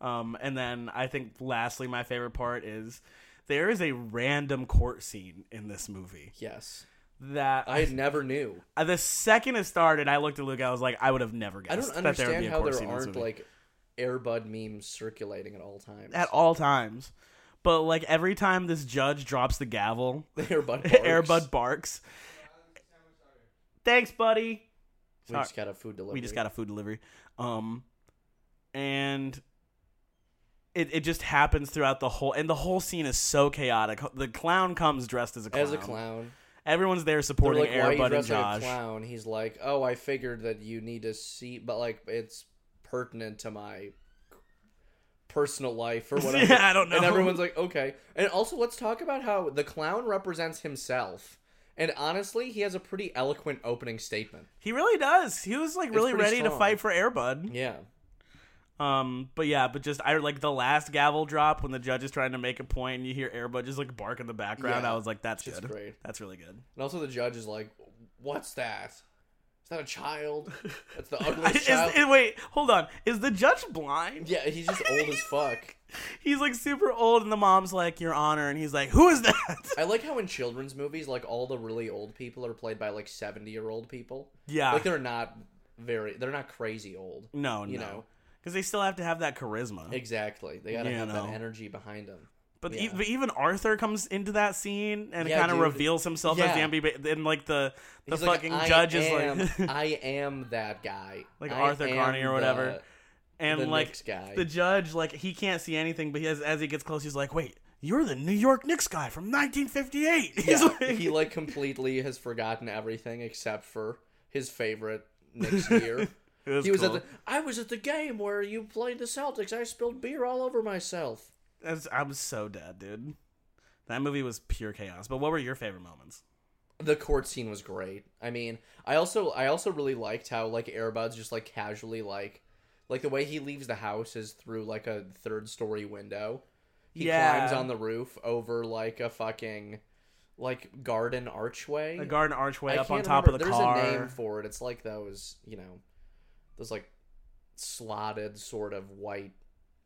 C: Um, and then I think lastly, my favorite part is there is a random court scene in this movie
B: Yes,
C: that
B: I never knew.
C: I, the second it started, I looked at Luke. I was like, I would have never
B: I
C: guessed
B: don't
C: that there would
B: understand
C: be a
B: how
C: court
B: there
C: scene in this
B: aren't
C: movie
B: like Airbud memes circulating at all times.
C: at all times. But like every time this judge drops the gavel,
B: Airbud.
C: Airbud barks. Thanks, buddy.
B: We just got a food delivery.
C: we just got a food delivery um and it, it just happens throughout the whole and the whole scene is so chaotic the clown comes dressed as a clown
B: as a clown.
C: everyone's there
B: They're
C: supporting
B: like, why you
C: airbud and
B: dressed like a
C: josh
B: clown? He's like, oh, I figured that you need to see, but like, it's pertinent to my personal life or whatever.
C: Yeah, I don't
B: And
C: know.
B: everyone's like, okay. And also, let's talk about how the clown represents himself. And honestly, he has a pretty eloquent opening statement.
C: he really does he was like really
B: pretty
C: ready to
B: strong.
C: fight for airbud
B: Yeah.
C: um but yeah but just i like the last gavel drop when the judge is trying to make a point and you hear airbud just like bark in the background
B: Yeah,
C: i was like that's
B: just
C: good
B: great.
C: that's really good
B: And also, the judge is like, what's that? Is that a child? That's the ugliest
C: is,
B: child.
C: is- wait hold on is the judge blind
B: yeah, he's just old as fuck.
C: he's like super old and the mom's like your honor and he's like who is that
B: I like how in children's movies, like all the really old people are played by like seventy-year-old people.
C: Yeah.
B: like they're not very, they're not crazy old.
C: no,
B: you
C: no.
B: know.
C: Because they still have to have that charisma.
B: Exactly, they gotta
C: You
B: have
C: know.
B: that energy behind them.
C: but, e-
B: yeah.
C: but even Arthur comes into that scene and
B: Yeah,
C: kind of
B: dude.
C: reveals himself as the
B: Yeah.
C: ambib- and like the the
B: He's
C: fucking
B: like,
C: judge
B: I
C: is
B: am,
C: like
B: I am that guy,
C: Like
B: I
C: Arthur
B: am
C: Carney or whatever.
B: the-
C: and
B: the
C: like
B: Knicks guy.
C: the judge like he can't see anything, but he has, as he gets close, he's like, wait. You're the New York Knicks guy from 1958. He's
B: Yeah,
C: like,
B: he like completely has forgotten everything except for his favorite next year.
C: It was
B: he was
C: cool.
B: at the. I was at the game where you played the Celtics. I spilled beer all over myself.
C: That's- I'm so dead, dude. That movie was pure chaos. But what were your favorite moments?
B: the court scene was great. I mean, I also I also really liked how like Airbud's just like casually like like the way he leaves the house is through like a third story window. He
C: Yeah.
B: climbs on the roof over like a fucking like garden archway.
C: The garden archway
B: I
C: up on
B: can't
C: top
B: remember-
C: of the car.
B: There's a name for it. It's like those, you know, those like slotted sort of white.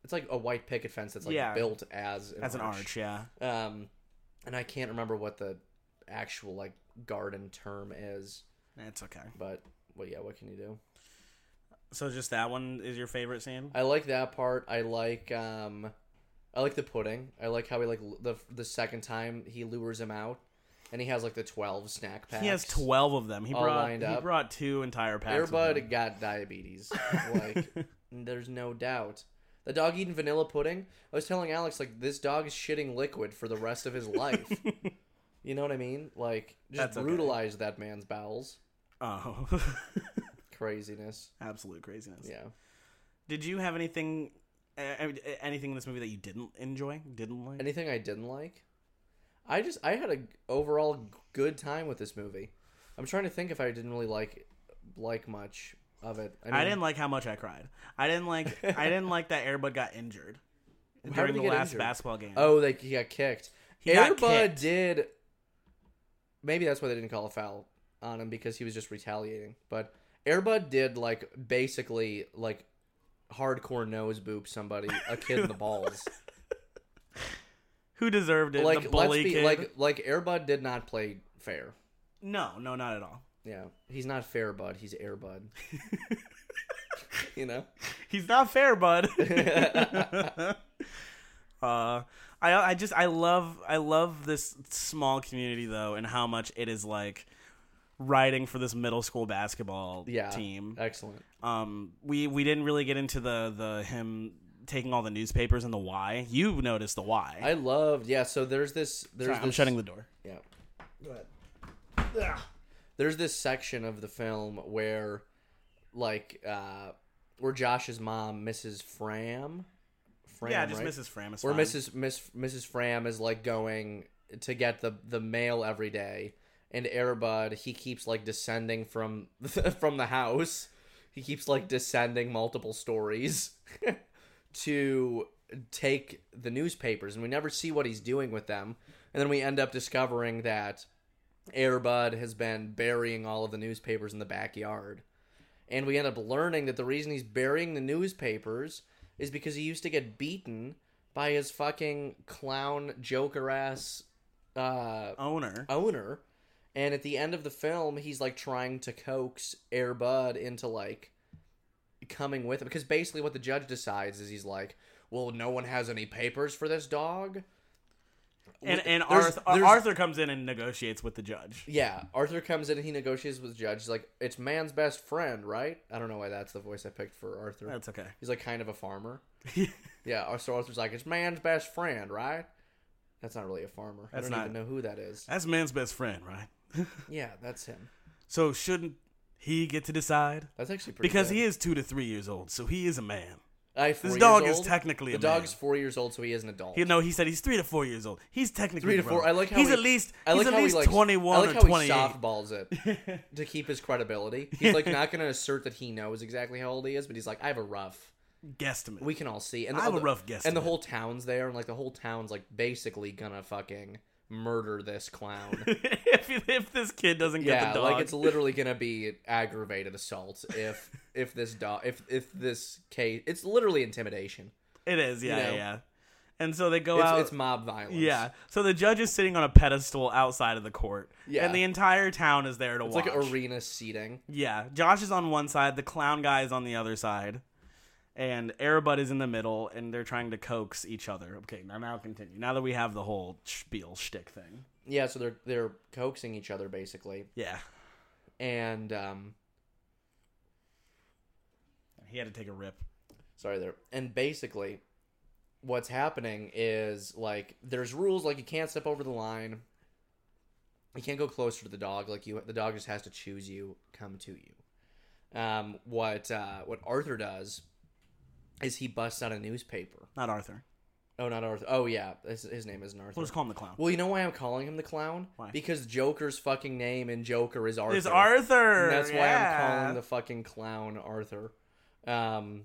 B: It's like a white picket fence that's like
C: Yeah.
B: built as an
C: That's an arch, yeah.
B: um, and I can't remember what the actual like garden term is,
C: That's okay.
B: but well, yeah, what can you do?
C: So just that one is your favorite scene?
B: I like that part. I like um, I like the pudding. I like how he like l- the the second time he lures him out, and he has like the twelve snack packs.
C: He has twelve of them. He
B: All
C: brought
B: lined
C: he
B: up.
C: brought two entire packs. of them.
B: Airbud got diabetes. Like, there's no doubt. The dog eating vanilla pudding. I was telling Alex like this dog is shitting liquid for the rest of his life. you know what I mean? Like, just
C: That's okay.
B: brutalize that man's bowels.
C: Oh,
B: Craziness.
C: absolute craziness.
B: Yeah.
C: Did you have anything A- I mean, a- anything in this movie that you didn't enjoy, didn't like?
B: Anything I didn't like? I just I had a g- overall g- good time with this movie. I'm trying to think if I didn't really like like much of it. I, mean,
C: I didn't like how much I cried. I didn't like. I didn't like that Airbud got injured
B: did
C: during
B: he
C: the
B: get
C: last
B: injured?
C: basketball game.
B: Oh, like he got kicked.
C: He got
B: Airbud
C: kicked.
B: did. Maybe that's why they didn't call a foul on him because he was just retaliating. But Airbud did like basically like hardcore nose boop somebody, a kid in the balls.
C: who deserved it?
B: like
C: the
B: let's
C: bully
B: be
C: kid.
B: like like Airbud did not play fair.
C: no, no, not at all.
B: Yeah, he's not fair, bud. He's air, bud. you know,
C: He's not fair, bud. uh, I I just I love I love this small community though, and how much it is like riding for this middle school basketball
B: yeah.
C: team.
B: excellent.
C: Um, we we didn't really get into the the him taking all the newspapers and the why. You noticed the why.
B: I loved. Yeah, so there's this. There's
C: Sorry, I'm
B: this-
C: shutting the door.
B: Yeah. Go ahead. There's this section of the film where, like, uh, where Josh's mom, Mrs. Fram, Fram,
C: yeah, just
B: right?
C: Mrs. Fram is
B: Where
C: fine.
B: Mrs. Miss Mrs. Fram is like going to get the the mail every day, and Airbud he keeps like descending from from the house. He keeps like descending multiple stories to take the newspapers, and we never see what he's doing with them. And then we end up discovering that Airbud has been burying all of the newspapers in the backyard. And we end up learning that the reason he's burying the newspapers is because he used to get beaten by his fucking clown joker ass uh,
C: owner.
B: owner. And at the end of the film, he's like trying to coax Airbud into like coming with him. Because basically, what the judge decides is he's like, well, no one has any papers for this dog.
C: And and
B: There's-
C: Arthur
B: there's-
C: Arthur comes in and negotiates with the judge.
B: Yeah, Arthur comes in and he negotiates with the judge. He's like, "It's man's best friend, right?" I don't know why that's the voice I picked for Arthur.
C: That's okay.
B: He's like kind of a farmer. yeah, Ar- so Arthur's like, "It's man's best friend, right?" That's not really a farmer. I
C: That's
B: don't
C: not-
B: even know who that is.
C: That's man's best friend, right?
B: Yeah, that's him.
C: So shouldn't he get to decide?
B: That's actually pretty
C: Because
B: good.
C: he is two to three years old, so he is a man.
B: I, four
C: This
B: years
C: dog is
B: old.
C: technically
B: the
C: a
B: dog's
C: man.
B: four years old, so he is an adult.
C: He, no, he said he's three to four years old. He's technically
B: Three to
C: grown.
B: four. I like how
C: he's
B: he,
C: at least
B: I like
C: he's
B: how
C: at
B: he
C: least
B: likes,
C: twenty
B: I
C: one
B: like
C: or
B: how
C: twenty
B: he
C: eight.
B: softballs it to keep his credibility. He's like not going to assert that he knows exactly how old he is, but he's like, "I have a rough."
C: Guesstimate.
B: we can all see. And
C: I have a
B: the-
C: rough guess
B: And the
C: of it.
B: whole town's there, and like the whole town's like basically gonna fucking murder this clown.
C: if, if this kid doesn't get
B: yeah,
C: the dog,
B: like it's literally gonna be aggravated assault if if this dog if if this case it's literally intimidation.
C: it is. Yeah,
B: know.
C: yeah. And so they go
B: It's,
C: out.
B: it's mob violence.
C: Oh, yeah. So the judge is sitting on a pedestal outside of the court.
B: Yeah.
C: And the entire town is there to
B: it's
C: watch.
B: like arena seating.
C: Yeah, Josh is on one side, the clown guy is on the other side, and Airbud is in the middle, and they're trying to coax each other. Okay, now now continue. Now that we have the whole spiel shtick thing.
B: Yeah, so they're they're coaxing each other basically,
C: Yeah,
B: and um,
C: he had to take a rip.
B: sorry there and basically what's happening is like there's rules like you can't step over the line you can't go closer to the dog like you the dog just has to choose you come to you um what uh what arthur does is he busts out a newspaper
C: Not Arthur.
B: oh not arthur oh yeah his, his name isn't arthur
C: We'll just call him the clown.
B: well you know why i'm calling him the clown
C: Why?
B: because joker's fucking name in joker is arthur
C: It's Arthur.
B: and that's why I'm
C: yeah.
B: calling the fucking clown Arthur. Um,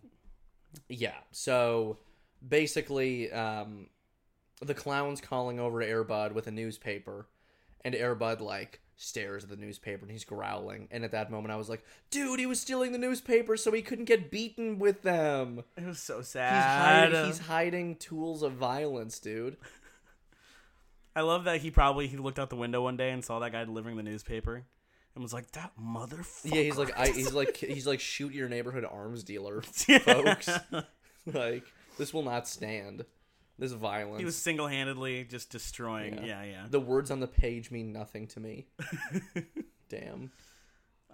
B: yeah. So basically, um, the clown's calling over to Airbud with a newspaper, and Airbud like stares at the newspaper and he's growling. And at that moment, I was like, "Dude, he was stealing the newspaper so he couldn't get beaten with them.
C: It was so
B: He's, hiding,
C: sad.
B: he's hiding tools of violence, dude."
C: I love that he probably he looked out the window one day and saw that guy delivering the newspaper, and was like, "That motherfucker."
B: Yeah, he's like, I, he's like, he's like, shoot your neighborhood arms dealer,
C: Yeah.
B: folks. like, this will not stand. This violence.
C: He was single handedly just destroying. Yeah, yeah.
B: The words on the page mean nothing to me. Damn.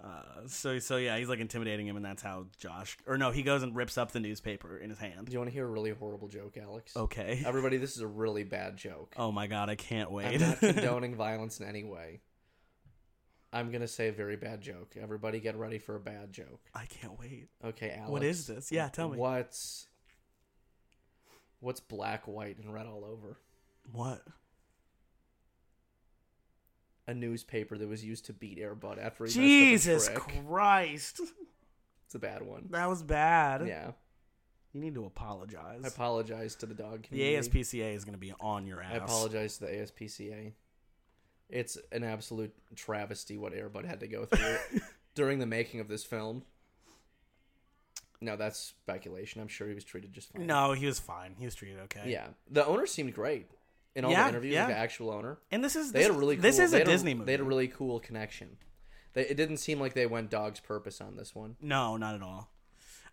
C: Uh, so so yeah, he's like intimidating him, and that's how Josh or no, he goes and rips up the newspaper in his
B: Do
C: hand.
B: you want to hear a really horrible joke, Alex?
C: Okay.
B: Everybody, this is a really bad joke.
C: Oh my god, I can't
B: I'm
C: wait.
B: not condoning violence in any way. I'm gonna say a very bad joke. Everybody, get ready for a bad joke.
C: I can't wait.
B: Okay, Alex.
C: What is this? Yeah, tell me.
B: What's What's black, white, and red all over?
C: What?
B: A newspaper that was used to beat Air Bud after he
C: Jesus
B: messed up a trick.
C: Christ.
B: It's a bad one.
C: That was bad.
B: Yeah,
C: You need to apologize.
B: I apologize to the dog
C: the
B: community.
C: ASPCA is going to be on your ass.
B: I apologize to the ASPCA. It's an absolute travesty what Airbud had to go through during the making of this film. No, that's speculation. I'm sure he was treated just fine.
C: No, he was fine. He was treated okay.
B: Yeah. The owner seemed great in all
C: Yeah,
B: the interviews
C: yeah.
B: with the actual owner.
C: And this is
B: They
C: this,
B: had a really cool,
C: this is
B: they
C: a
B: had
C: Disney movie.
B: They had a really cool connection. They, it didn't seem like they went dog's purpose on this one.
C: no, not at all.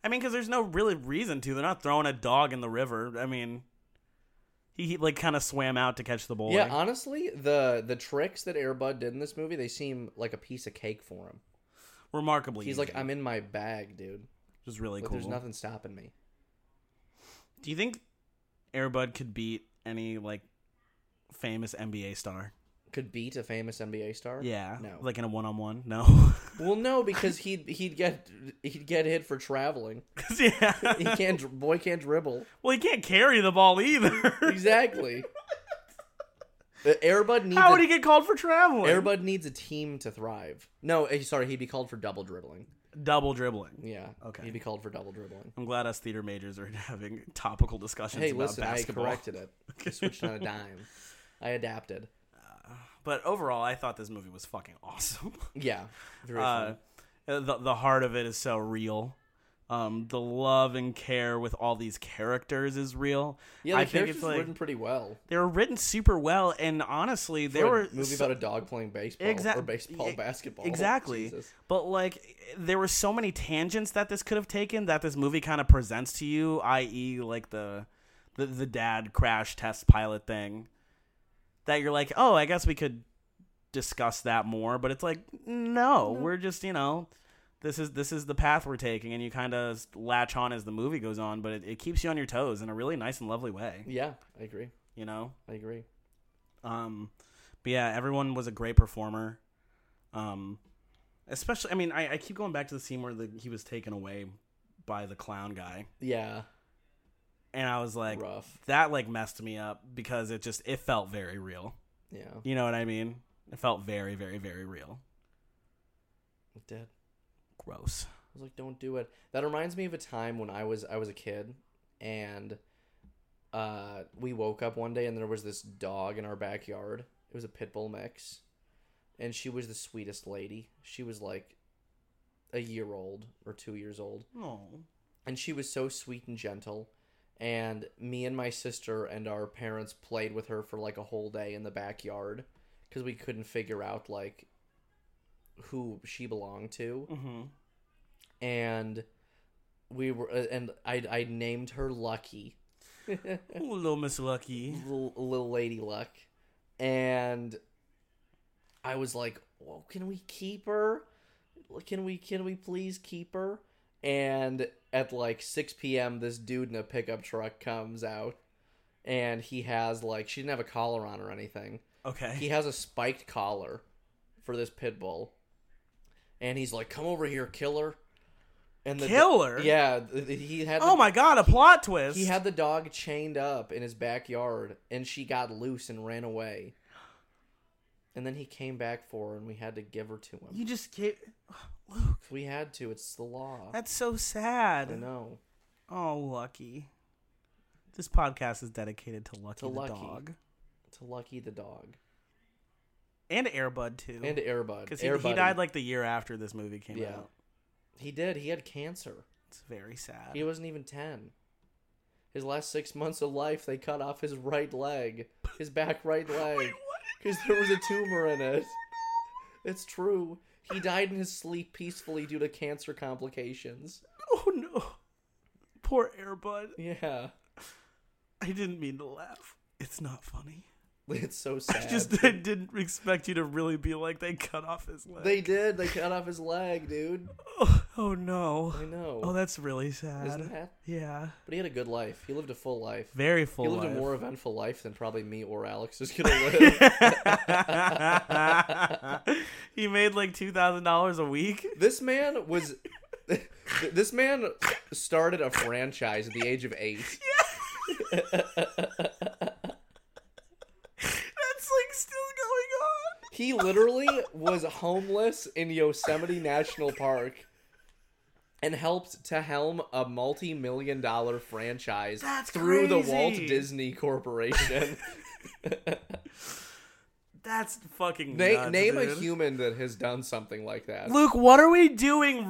C: I mean, because there's no really reason to. They're not throwing a dog in the river. I mean, he, he like kind of swam out to catch the boy.
B: Yeah, honestly, the the tricks that Airbud did in this movie, they seem like a piece of cake for him.
C: remarkably.
B: He's like,
C: easy,
B: I'm in my bag, dude.
C: which is really
B: Like,
C: cool.
B: there's nothing stopping me.
C: Do you think Airbud could beat any like famous NBA star?
B: could beat a famous NBA star?
C: Yeah,
B: No.
C: like in a one-on-one. No,
B: Well, no, because he'd he'd get he'd get hit for traveling.
C: 'Cause, yeah.
B: He can't dr- boy can't dribble.
C: well, he can't carry the ball either.
B: Exactly. The Airbud needs
C: How would
B: a,
C: he get called for traveling?
B: Airbud needs a team to thrive. No, eh, sorry, he'd be called for double dribbling.
C: Double dribbling.
B: Yeah.
C: Okay.
B: He'd be called for double dribbling.
C: I'm glad us theater majors are having topical discussions
B: Hey,
C: about
B: listen, I
C: basketball.
B: corrected it. I switched on a dime. I adapted.
C: But overall, I thought this movie was fucking awesome.
B: Yeah. Very
C: Uh,
B: funny.
C: the the heart of it is so real. Um, the love and care with all these characters is real.
B: Yeah, the
C: I think
B: characters
C: it's like
B: written pretty well.
C: they were written super well, and honestly, there
B: For
C: were
B: a movie
C: so-
B: about a dog playing baseball
C: Exact-
B: or baseball
C: e-
B: basketball.
C: exactly.
B: Jesus.
C: But like, there were so many tangents that this could have taken that this movie kind of presents to you, i.e., like the, the the dad crash test pilot thing, that you're like, oh, I guess we could discuss that more. But it's like, no, we're just you know, this is this is the path we're taking, and you kind of latch on as the movie goes on. But it, it keeps you on your toes in a really nice and lovely way,
B: Yeah, I agree.
C: you know.
B: I agree.
C: Um, but yeah, everyone was a great performer. Um, especially, I mean, I, I keep going back to the scene where the, he was taken away by the clown guy,
B: Yeah,
C: and I was like,
B: rough.
C: that like messed me up because it just it felt very real.
B: Yeah,
C: You know what I mean? It felt very, very, very real.
B: it did. I
C: Gross.
B: was like, don't do it. That reminds me of a time when I was I was a kid, and uh, we woke up one day and there was this dog in our backyard. It was a pit bull mix, and she was the sweetest lady. She was like a year old or two years old,
C: Oh,
B: and she was so sweet and gentle. And me and my sister and our parents played with her for like a whole day in the backyard because we couldn't figure out like who she belonged to.
C: mm-hmm.
B: And we were, uh, and I, I named her Lucky,
C: Ooh, little Miss Lucky.
B: little, little lady Luck. And I was like, well, can we keep her? Can we, can we please keep her? And at like 6 p.m., this dude in a pickup truck comes out and he has like, she didn't have a collar on or anything.
C: Okay.
B: he has a spiked collar for this pit bull, and he's like, "Come over here, killer!" And the
C: Killer?
B: yeah, th- th- he had. The,
C: oh my God! A plot twist.
B: He had the dog chained up in his backyard, and she got loose and ran away. And then he came back for her, and we had to give her to him.
C: You just gave.
B: We had to. It's the law.
C: That's so sad.
B: I know.
C: Oh, Lucky. This podcast is dedicated to Lucky
B: To
C: the
B: Lucky.
C: dog
B: To Lucky the dog
C: and Airbud too,
B: and Airbud.
C: because he,
B: Airbud.
C: he died like the year after this movie came
B: Yeah.
C: out.
B: he did. He had cancer.
C: It's very sad.
B: He wasn't even 10. His last six months of life, they cut off his right leg, his back right leg, because there was a tumor in it. It's true. He died in his sleep peacefully due to cancer complications.
C: Oh no, poor Airbud.
B: Yeah.
C: I didn't mean to laugh. It's not funny.
B: It's so sad.
C: I just I didn't expect you to really be like they cut off his leg.
B: They did. They cut off his leg, dude.
C: oh, oh, no.
B: I know.
C: Oh, that's really sad.
B: Isn't that?
C: Yeah,
B: But he had a good life. He lived a full life.
C: very full.
B: he lived a
C: life.
B: more eventful life than probably me or Alex is going to live.
C: he made like two thousand dollars a week.
B: this man was. This man started a franchise at the age of eight.
C: That's like still going on.
B: He literally was homeless in Yosemite National Park and helped to helm a multi-million dollar franchise
C: That's
B: through the Walt
C: crazy.
B: Disney Corporation.
C: That's fucking
B: Na-
C: nuts,
B: name a
C: dude.
B: human that has done something like that.
C: Luke, what are we doing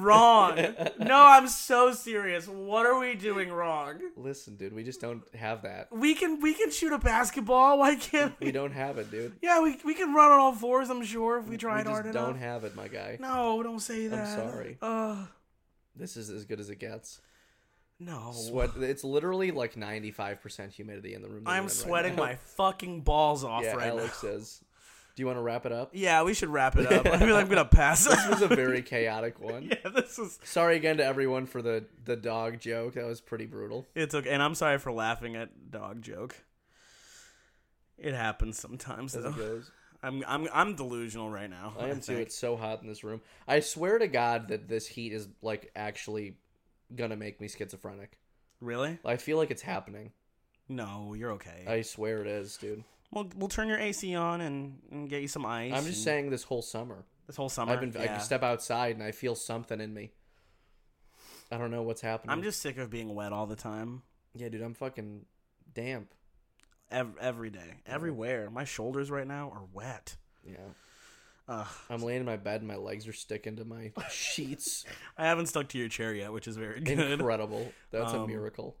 C: wrong? no, I'm so serious. What are we doing wrong?
B: Listen, dude, we just don't have that.
C: We can we can shoot a basketball. Why can't we?
B: We don't have it, dude.
C: Yeah, we, we can run on all fours. I'm sure if we
B: We
C: tried
B: just
C: hard
B: don't
C: enough.
B: have it, my guy.
C: no, don't say that.
B: sorry.
C: Uh,
B: This is as good as it gets.
C: no.
B: Sweat. It's literally like ninety-five percent humidity in the room. that we're in
C: I'm
B: right
C: sweating
B: now.
C: my fucking balls off
B: Yeah,
C: right
B: Alex
C: now.
B: says. Do you want to wrap it up?
C: Yeah, we should wrap it up. I feel like I'm gonna pass.
B: This was a very chaotic one.
C: yeah, this is
B: Sorry again to everyone for the the dog joke. That was pretty brutal.
C: it's okay. And I'm sorry for laughing at dog joke. It happens sometimes
B: As
C: though.
B: it goes.
C: I'm I'm I'm delusional right now.
B: I am too.
C: think.
B: It's so hot in this room. I swear to God that this heat is like actually gonna make me schizophrenic.
C: Really?
B: I feel like it's happening.
C: No, you're okay.
B: I swear it is, dude.
C: we'll we'll turn your AC on and, and get you some ice.
B: I'm just
C: and-
B: saying this whole summer.
C: this whole summer.
B: I've been I
C: yeah.
B: can step outside and I feel something in me. I don't know what's happening.
C: I'm just sick of being wet all the time.
B: yeah, dude. I'm fucking damp.
C: Ev every day, everywhere. My shoulders right now are wet.
B: Yeah,
C: Ugh.
B: I'm laying in my bed and my legs are sticking to my sheets.
C: I haven't stuck to your chair yet, which is very good.
B: Incredible. That's a
C: Um,
B: miracle.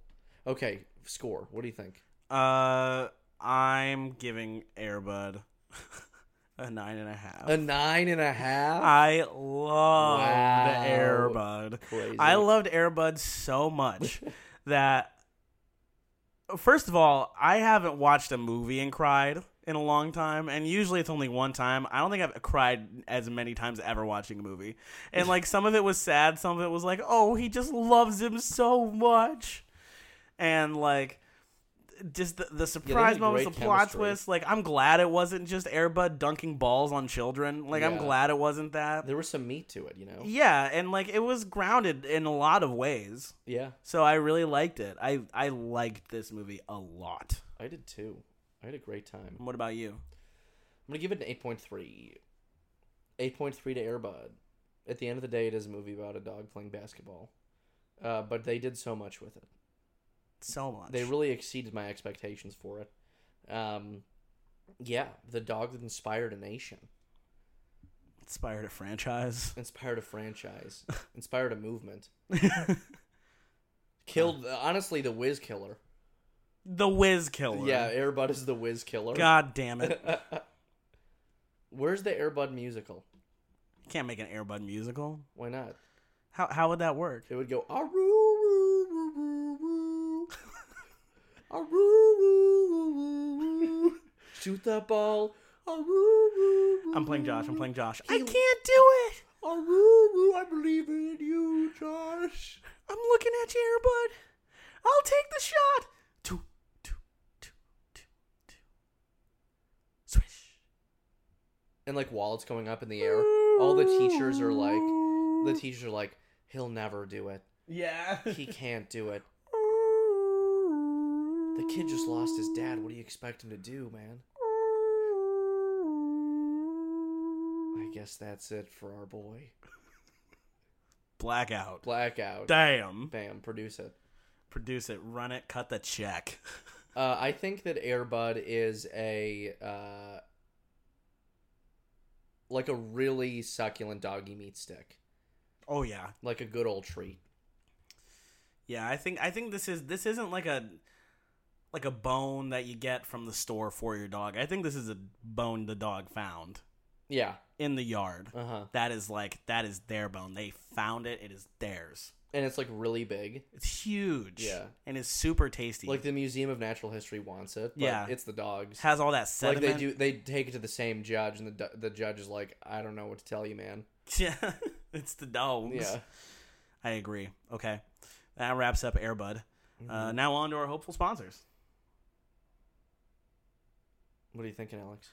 B: Okay, score. What do you think?
C: Uh, I'm giving Airbud a nine and a half.
B: A nine and a half.
C: Uh, I love
B: Wow.
C: the Airbud.
B: Crazy.
C: I loved Airbud so much that first of all, I haven't watched a movie and cried in a long time, and usually it's only one time. I don't think I've cried as many times ever watching a movie. And like some of it was sad, some of it was like, "Oh, he just loves him so much." And like just the, the surprise
B: had
C: moments, the
B: great
C: plot
B: chemistry.
C: twist. Like, I'm glad it wasn't just Airbud dunking balls on children. Like, I'm
B: Yeah.
C: glad it wasn't that.
B: There was some meat to it, you know.
C: Yeah, and like it was grounded in a lot of ways.
B: Yeah,
C: So I really liked it. I I liked this movie a lot.
B: I did too. I had a great time.
C: What about you?
B: I'm gonna give it an eight point three. Eight point three to Airbud. At the end of the day, it is a movie about a dog playing basketball, uh, but they did so much with it.
C: So much.
B: They really exceeded my expectations for it. Um, yeah, the dog that inspired a nation,
C: inspired a franchise.
B: inspired a franchise, inspired a movement, killed honestly the Whiz Killer.
C: the Whiz Killer.
B: Yeah, Airbud is the Whiz Killer.
C: God damn it!
B: Where's the Airbud musical?
C: Can't make an Airbud musical.
B: Why not?
C: How how would that work?
B: It would go "Aroo, roo, roo, roo, roo. Aroo, roo, roo, roo, roo. Shoot the ball. Aroo, roo, roo,
C: I'm playing
B: roo,
C: Josh. I'm playing Josh. I
B: He-
C: can't do it.
B: Aroo, roo, I believe in you, Josh.
C: I'm looking at you, Airbud. I'll take the shot. Two, two, two, two, two. Swish.
B: And like while it's going up in the air, all the teachers are like, the teachers are like, he'll never do it.
C: Yeah.
B: He can't do it. The kid just lost his dad. What do you expect him to do, man? I guess that's it for our boy.
C: Blackout.
B: Blackout.
C: Damn.
B: Bam, produce it.
C: Produce it, run it, cut the check.
B: Uh, I think that Airbud is a uh, like a really succulent doggy meat stick,
C: Oh yeah.
B: like a good old treat.
C: Yeah, I think I think this is this isn't like a like a bone that you get from the store for your dog. I think this is a bone the dog found
B: Yeah.
C: in the yard.
B: Uh huh.
C: That is like that is their bone. They found it. It is theirs.
B: And it's like really big.
C: It's huge.
B: Yeah.
C: And it's super tasty.
B: Like the Museum of Natural History wants it. But
C: Yeah.
B: It's the dogs.
C: has all that
B: like
C: sediment.
B: they do. They take it to the same judge, and the du- the judge is like, I don't know what to tell you, man.
C: Yeah. it's the dogs.
B: Yeah.
C: I agree. Okay. That wraps up Airbud.
B: Mm-hmm.
C: Uh, now on to our hopeful sponsors.
B: What are you thinking, Alex?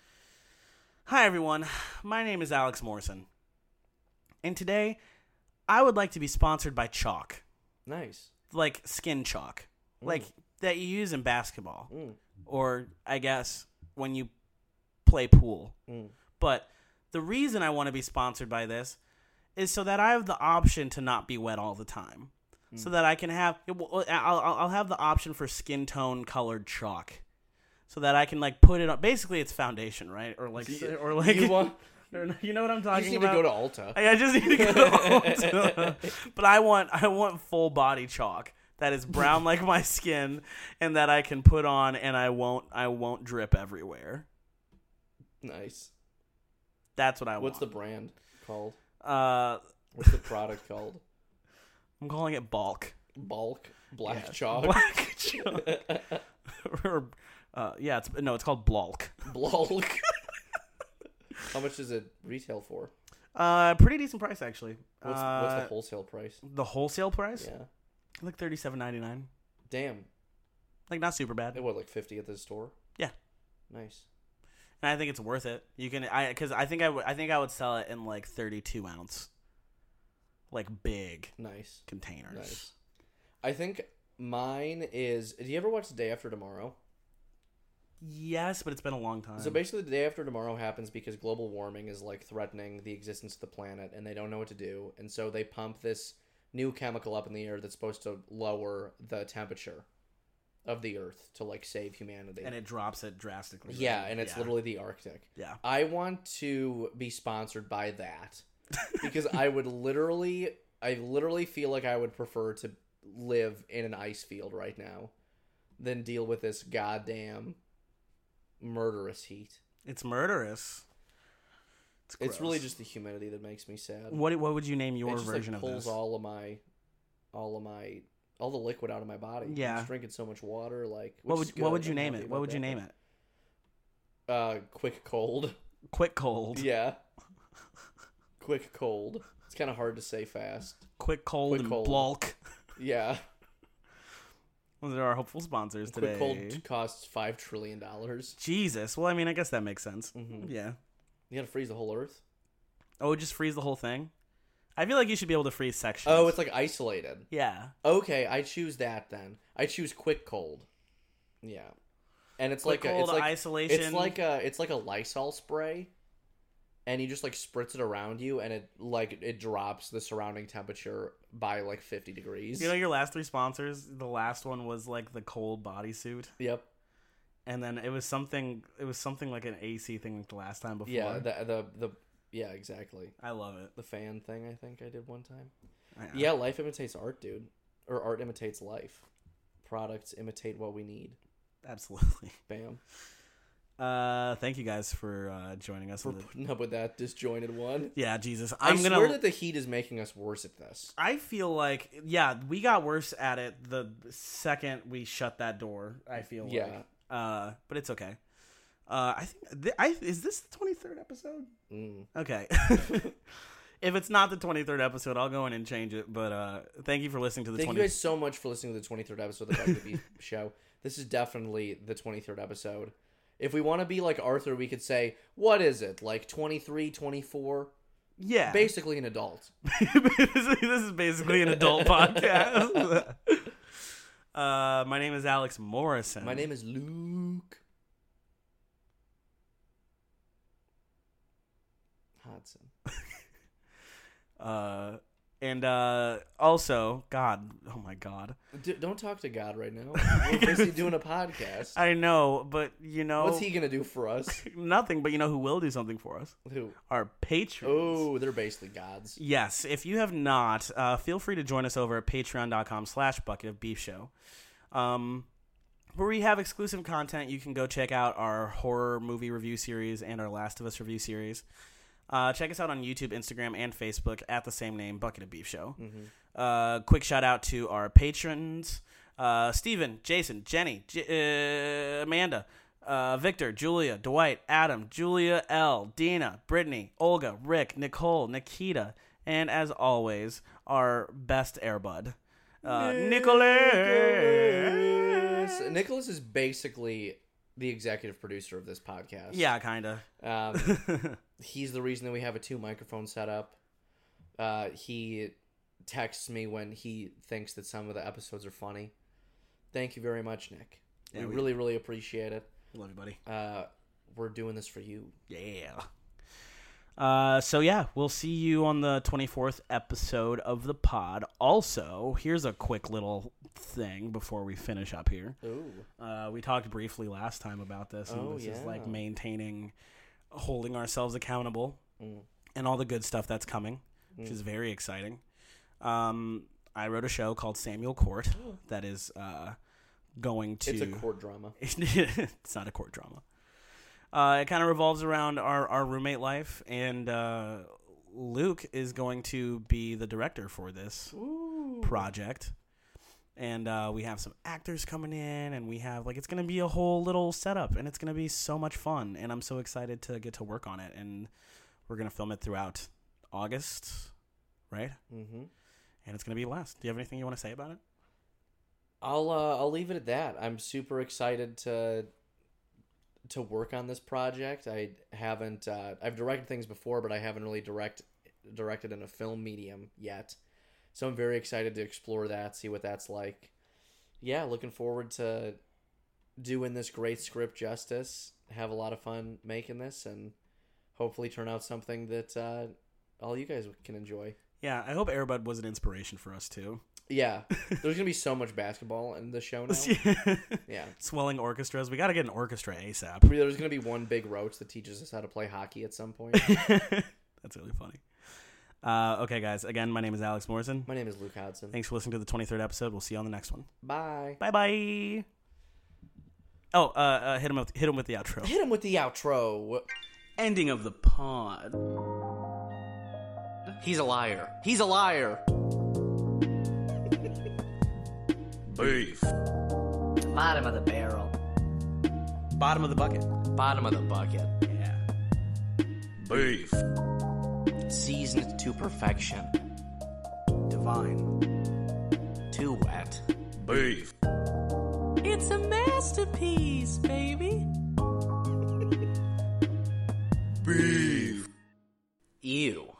C: Hi, everyone. My name is Alex Morrison. And today, I would like to be sponsored by chalk,
B: Nice.
C: like skin chalk. Like, that you use in basketball
B: Mm.
C: or I guess when you play pool.
B: Mm.
C: But the reason I want to be sponsored by this is so that I have the option to not be wet all the time.
B: Mm.
C: So that I can have, I'll, I'll I'll have the option for skin tone colored chalk, so that I can like put it on. Basically, it's foundation, right? Or like,
B: You-
C: or like,
B: you want?
C: or- you know what I'm
B: You
C: talking
B: just need
C: about?
B: to go to Alta.
C: I, I just need to go. but I want I want full body chalk that is brown like my skin and that I can put on and I won't I won't drip everywhere.
B: Nice.
C: That's what I
B: What's the
C: want.
B: brand called?
C: the uh
B: What's the product called?
C: I'm calling it bulk.
B: Bulk black
C: Yeah.
B: chalk.
C: Black chalk. or uh, yeah, it's no, it's called blulk.
B: Blulk. How much does it retail for?
C: Uh pretty decent price actually.
B: What's,
C: uh,
B: what's the wholesale price?
C: the wholesale price?
B: Yeah.
C: Like thirty seven ninety nine.
B: Damn.
C: Like not super bad.
B: It what like fifty at the store.
C: Yeah.
B: Nice.
C: and I think it's worth it. You can, I because I think I would, I think I would sell it in like thirty-two ounce, like big
B: Nice.
C: containers.
B: Nice. I think mine is. Do you ever watch Day After Tomorrow?
C: Yes, but it's been a long time.
B: So basically, the day after tomorrow happens because global warming is like threatening the existence of the planet, and they don't know what to do, and so they pump this new chemical up in the air that's supposed to lower the temperature of the Earth to like save humanity.
C: and it drops it drastically.
B: yeah, and it's
C: yeah.
B: literally the Arctic.
C: yeah.
B: I want to be sponsored by that because I would literally, I literally feel like I would prefer to live in an ice field right now than deal with this goddamn murderous heat.
C: It's murderous. It's,
B: It's really
C: gross.
B: just the humidity that makes me sad.
C: what? What would you name
B: it
C: your
B: just
C: version
B: like
C: of
B: pulls
C: this?
B: all of my, all of my, all the liquid out of my body. I'm
C: Yeah.
B: just drinking so much water. Like
C: what
B: which
C: would
B: is
C: What
B: good,
C: would you
B: I'm
C: name
B: happy
C: it? What
B: about
C: would you
B: that.
C: name it?
B: Uh, quick cold.
C: Quick cold.
B: Yeah. quick cold. It's kind of hard to say fast.
C: Quick cold
B: Quick
C: and
B: cold.
C: bulk.
B: Yeah.
C: Those are our hopeful sponsors today.
B: Quick cold costs five trillion dollars.
C: Jesus. Well, I mean, I guess that makes sense.
B: Mhm.
C: Yeah.
B: You gotta freeze the whole Earth.
C: Oh, just freeze the whole thing. I feel like you should be able to freeze sections.
B: Oh, it's like isolated.
C: yeah.
B: Okay, I choose that then. I choose quick cold. Yeah, and it's
C: Quick
B: like a,
C: cold
B: it's like
C: isolation.
B: it's like a it's like a Lysol spray, and you just like spritz it around you, and it like it drops the surrounding temperature by like fifty degrees.
C: you know your last three sponsors. The last one was like the cold bodysuit,
B: yep.
C: and then it was something. It was something like an AC thing like the last time before.
B: Yeah. The the the yeah exactly
C: I love it.
B: the fan thing I think I did one time.
C: I-
B: Yeah, life imitates art, dude. Or art imitates life. Products imitate what we need.
C: absolutely.
B: Bam.
C: Uh, thank you guys for uh joining us.
B: For
C: on the-
B: putting up with that disjointed one.
C: yeah, Jesus,
B: i
C: I'm
B: swear
C: gonna.
B: that the heat is making us worse at this.
C: I feel like yeah, we got worse at it the second we shut that door. I feel
B: Yeah.
C: like. Uh, but it's okay. Uh, I think th- I is this the twenty third episode?
B: Mm.
C: Okay. if it's not the 23rd episode, I'll go in and change it. But uh, thank you for listening to the
B: Thank
C: 20-
B: you guys so much for listening to the 23rd episode of the Back to the Beat show. This is definitely the 23rd episode. If we want to be like Arthur, we could say, what is it? Like 23, 24?
C: yeah.
B: Basically an adult.
C: this is basically an adult podcast. uh, my name is Alex Morrison.
B: My name is Luke Hodson.
C: Uh, and uh, also, God, oh my God,
B: D- don't talk to God right now. We're busy doing a podcast.
C: I know, but you know,
B: What's he gonna do for us?
C: nothing. But you know who will do something for us?
B: Who?
C: Our patrons.
B: Oh, they're basically gods.
C: Yes, if you have not, uh, feel free to join us over at patreon.com slash bucket of beef show. Um, where we have exclusive content, you can go check out our horror movie review series and our Last of Us review series. Uh, check us out on YouTube, Instagram, and Facebook at the same name, Bucket of Beef Show. Uh, quick shout out to our patrons uh, Steven, Jason, Jenny, J- uh, Amanda, uh, Victor, Julia, Dwight, Adam, Julia L, Dina, Brittany, Olga, Rick, Nicole, Nikita, and as always, our best airbud, uh, Nicholas.
B: Nicholas. Nicholas is basically the executive producer of this podcast.
C: Yeah, kinda.
B: Um, he's the reason that we have a two microphone setup. Uh, he texts me when he thinks that some of the episodes are funny. Thank you very much, Nick.
C: Yeah,
B: we
C: we-
B: really, really appreciate it.
C: Love you, buddy.
B: Uh, we're doing this for you.
C: Yeah. Uh, so yeah, we'll see you on the 24th episode of the pod. Also, here's a quick little thing before we finish up here.
B: Ooh.
C: Uh, we talked briefly last time about this, and
B: Oh,
C: this is
B: yeah.
C: like maintaining, holding ourselves accountable,
B: Mm.
C: and all the good stuff that's coming, which is very exciting. Um, I wrote a show called Samuel Court that is uh, going to
B: Oh. It's a court drama.
C: it's not a court drama. Uh, it kind of revolves around our, our roommate life, and uh, Luke is going to be the director for this project. And uh, we have some actors coming in, and we have like it's going to be a whole little setup, and it's going to be so much fun. And I'm so excited to get to work on it, and we're going to film it throughout August, right?
B: Mm-hmm.
C: And it's going to be a blast. Do you have anything you want to say about it?
B: I'll uh, I'll leave it at that. I'm super excited to to work on this project. I haven't uh, I've directed things before, but I haven't really direct directed in a film medium yet. So I'm very excited to explore that, see what that's like. Yeah, looking forward to doing this great script justice. Have a lot of fun making this, and hopefully turn out something that uh, all you guys can enjoy.
C: Yeah, I hope Airbud was an inspiration for us too.
B: Yeah, there's gonna be so much basketball in the show now. Yeah.
C: swelling orchestras. We got to get an orchestra ASAP.
B: Really, There's gonna be one big roach that teaches us how to play hockey at some point.
C: That's really funny. Uh, okay, guys. Again, my name is Alex Morrison.
B: My name is Luke Hodson.
C: Thanks for listening to the 23rd episode. We'll see you on the next one.
B: Bye.
C: Bye bye. Oh, uh, uh, hit him with hit him with the outro.
B: Hit him with the outro.
C: Ending of the pod.
B: He's a liar. He's a liar.
A: Beef.
D: Bottom of the barrel.
C: Bottom of the bucket.
D: Bottom of the bucket.
C: Yeah.
A: Beef.
D: Seasoned to perfection.
C: Divine.
D: Too wet.
A: Beef.
D: It's a masterpiece, baby.
A: Beef.
D: Ew.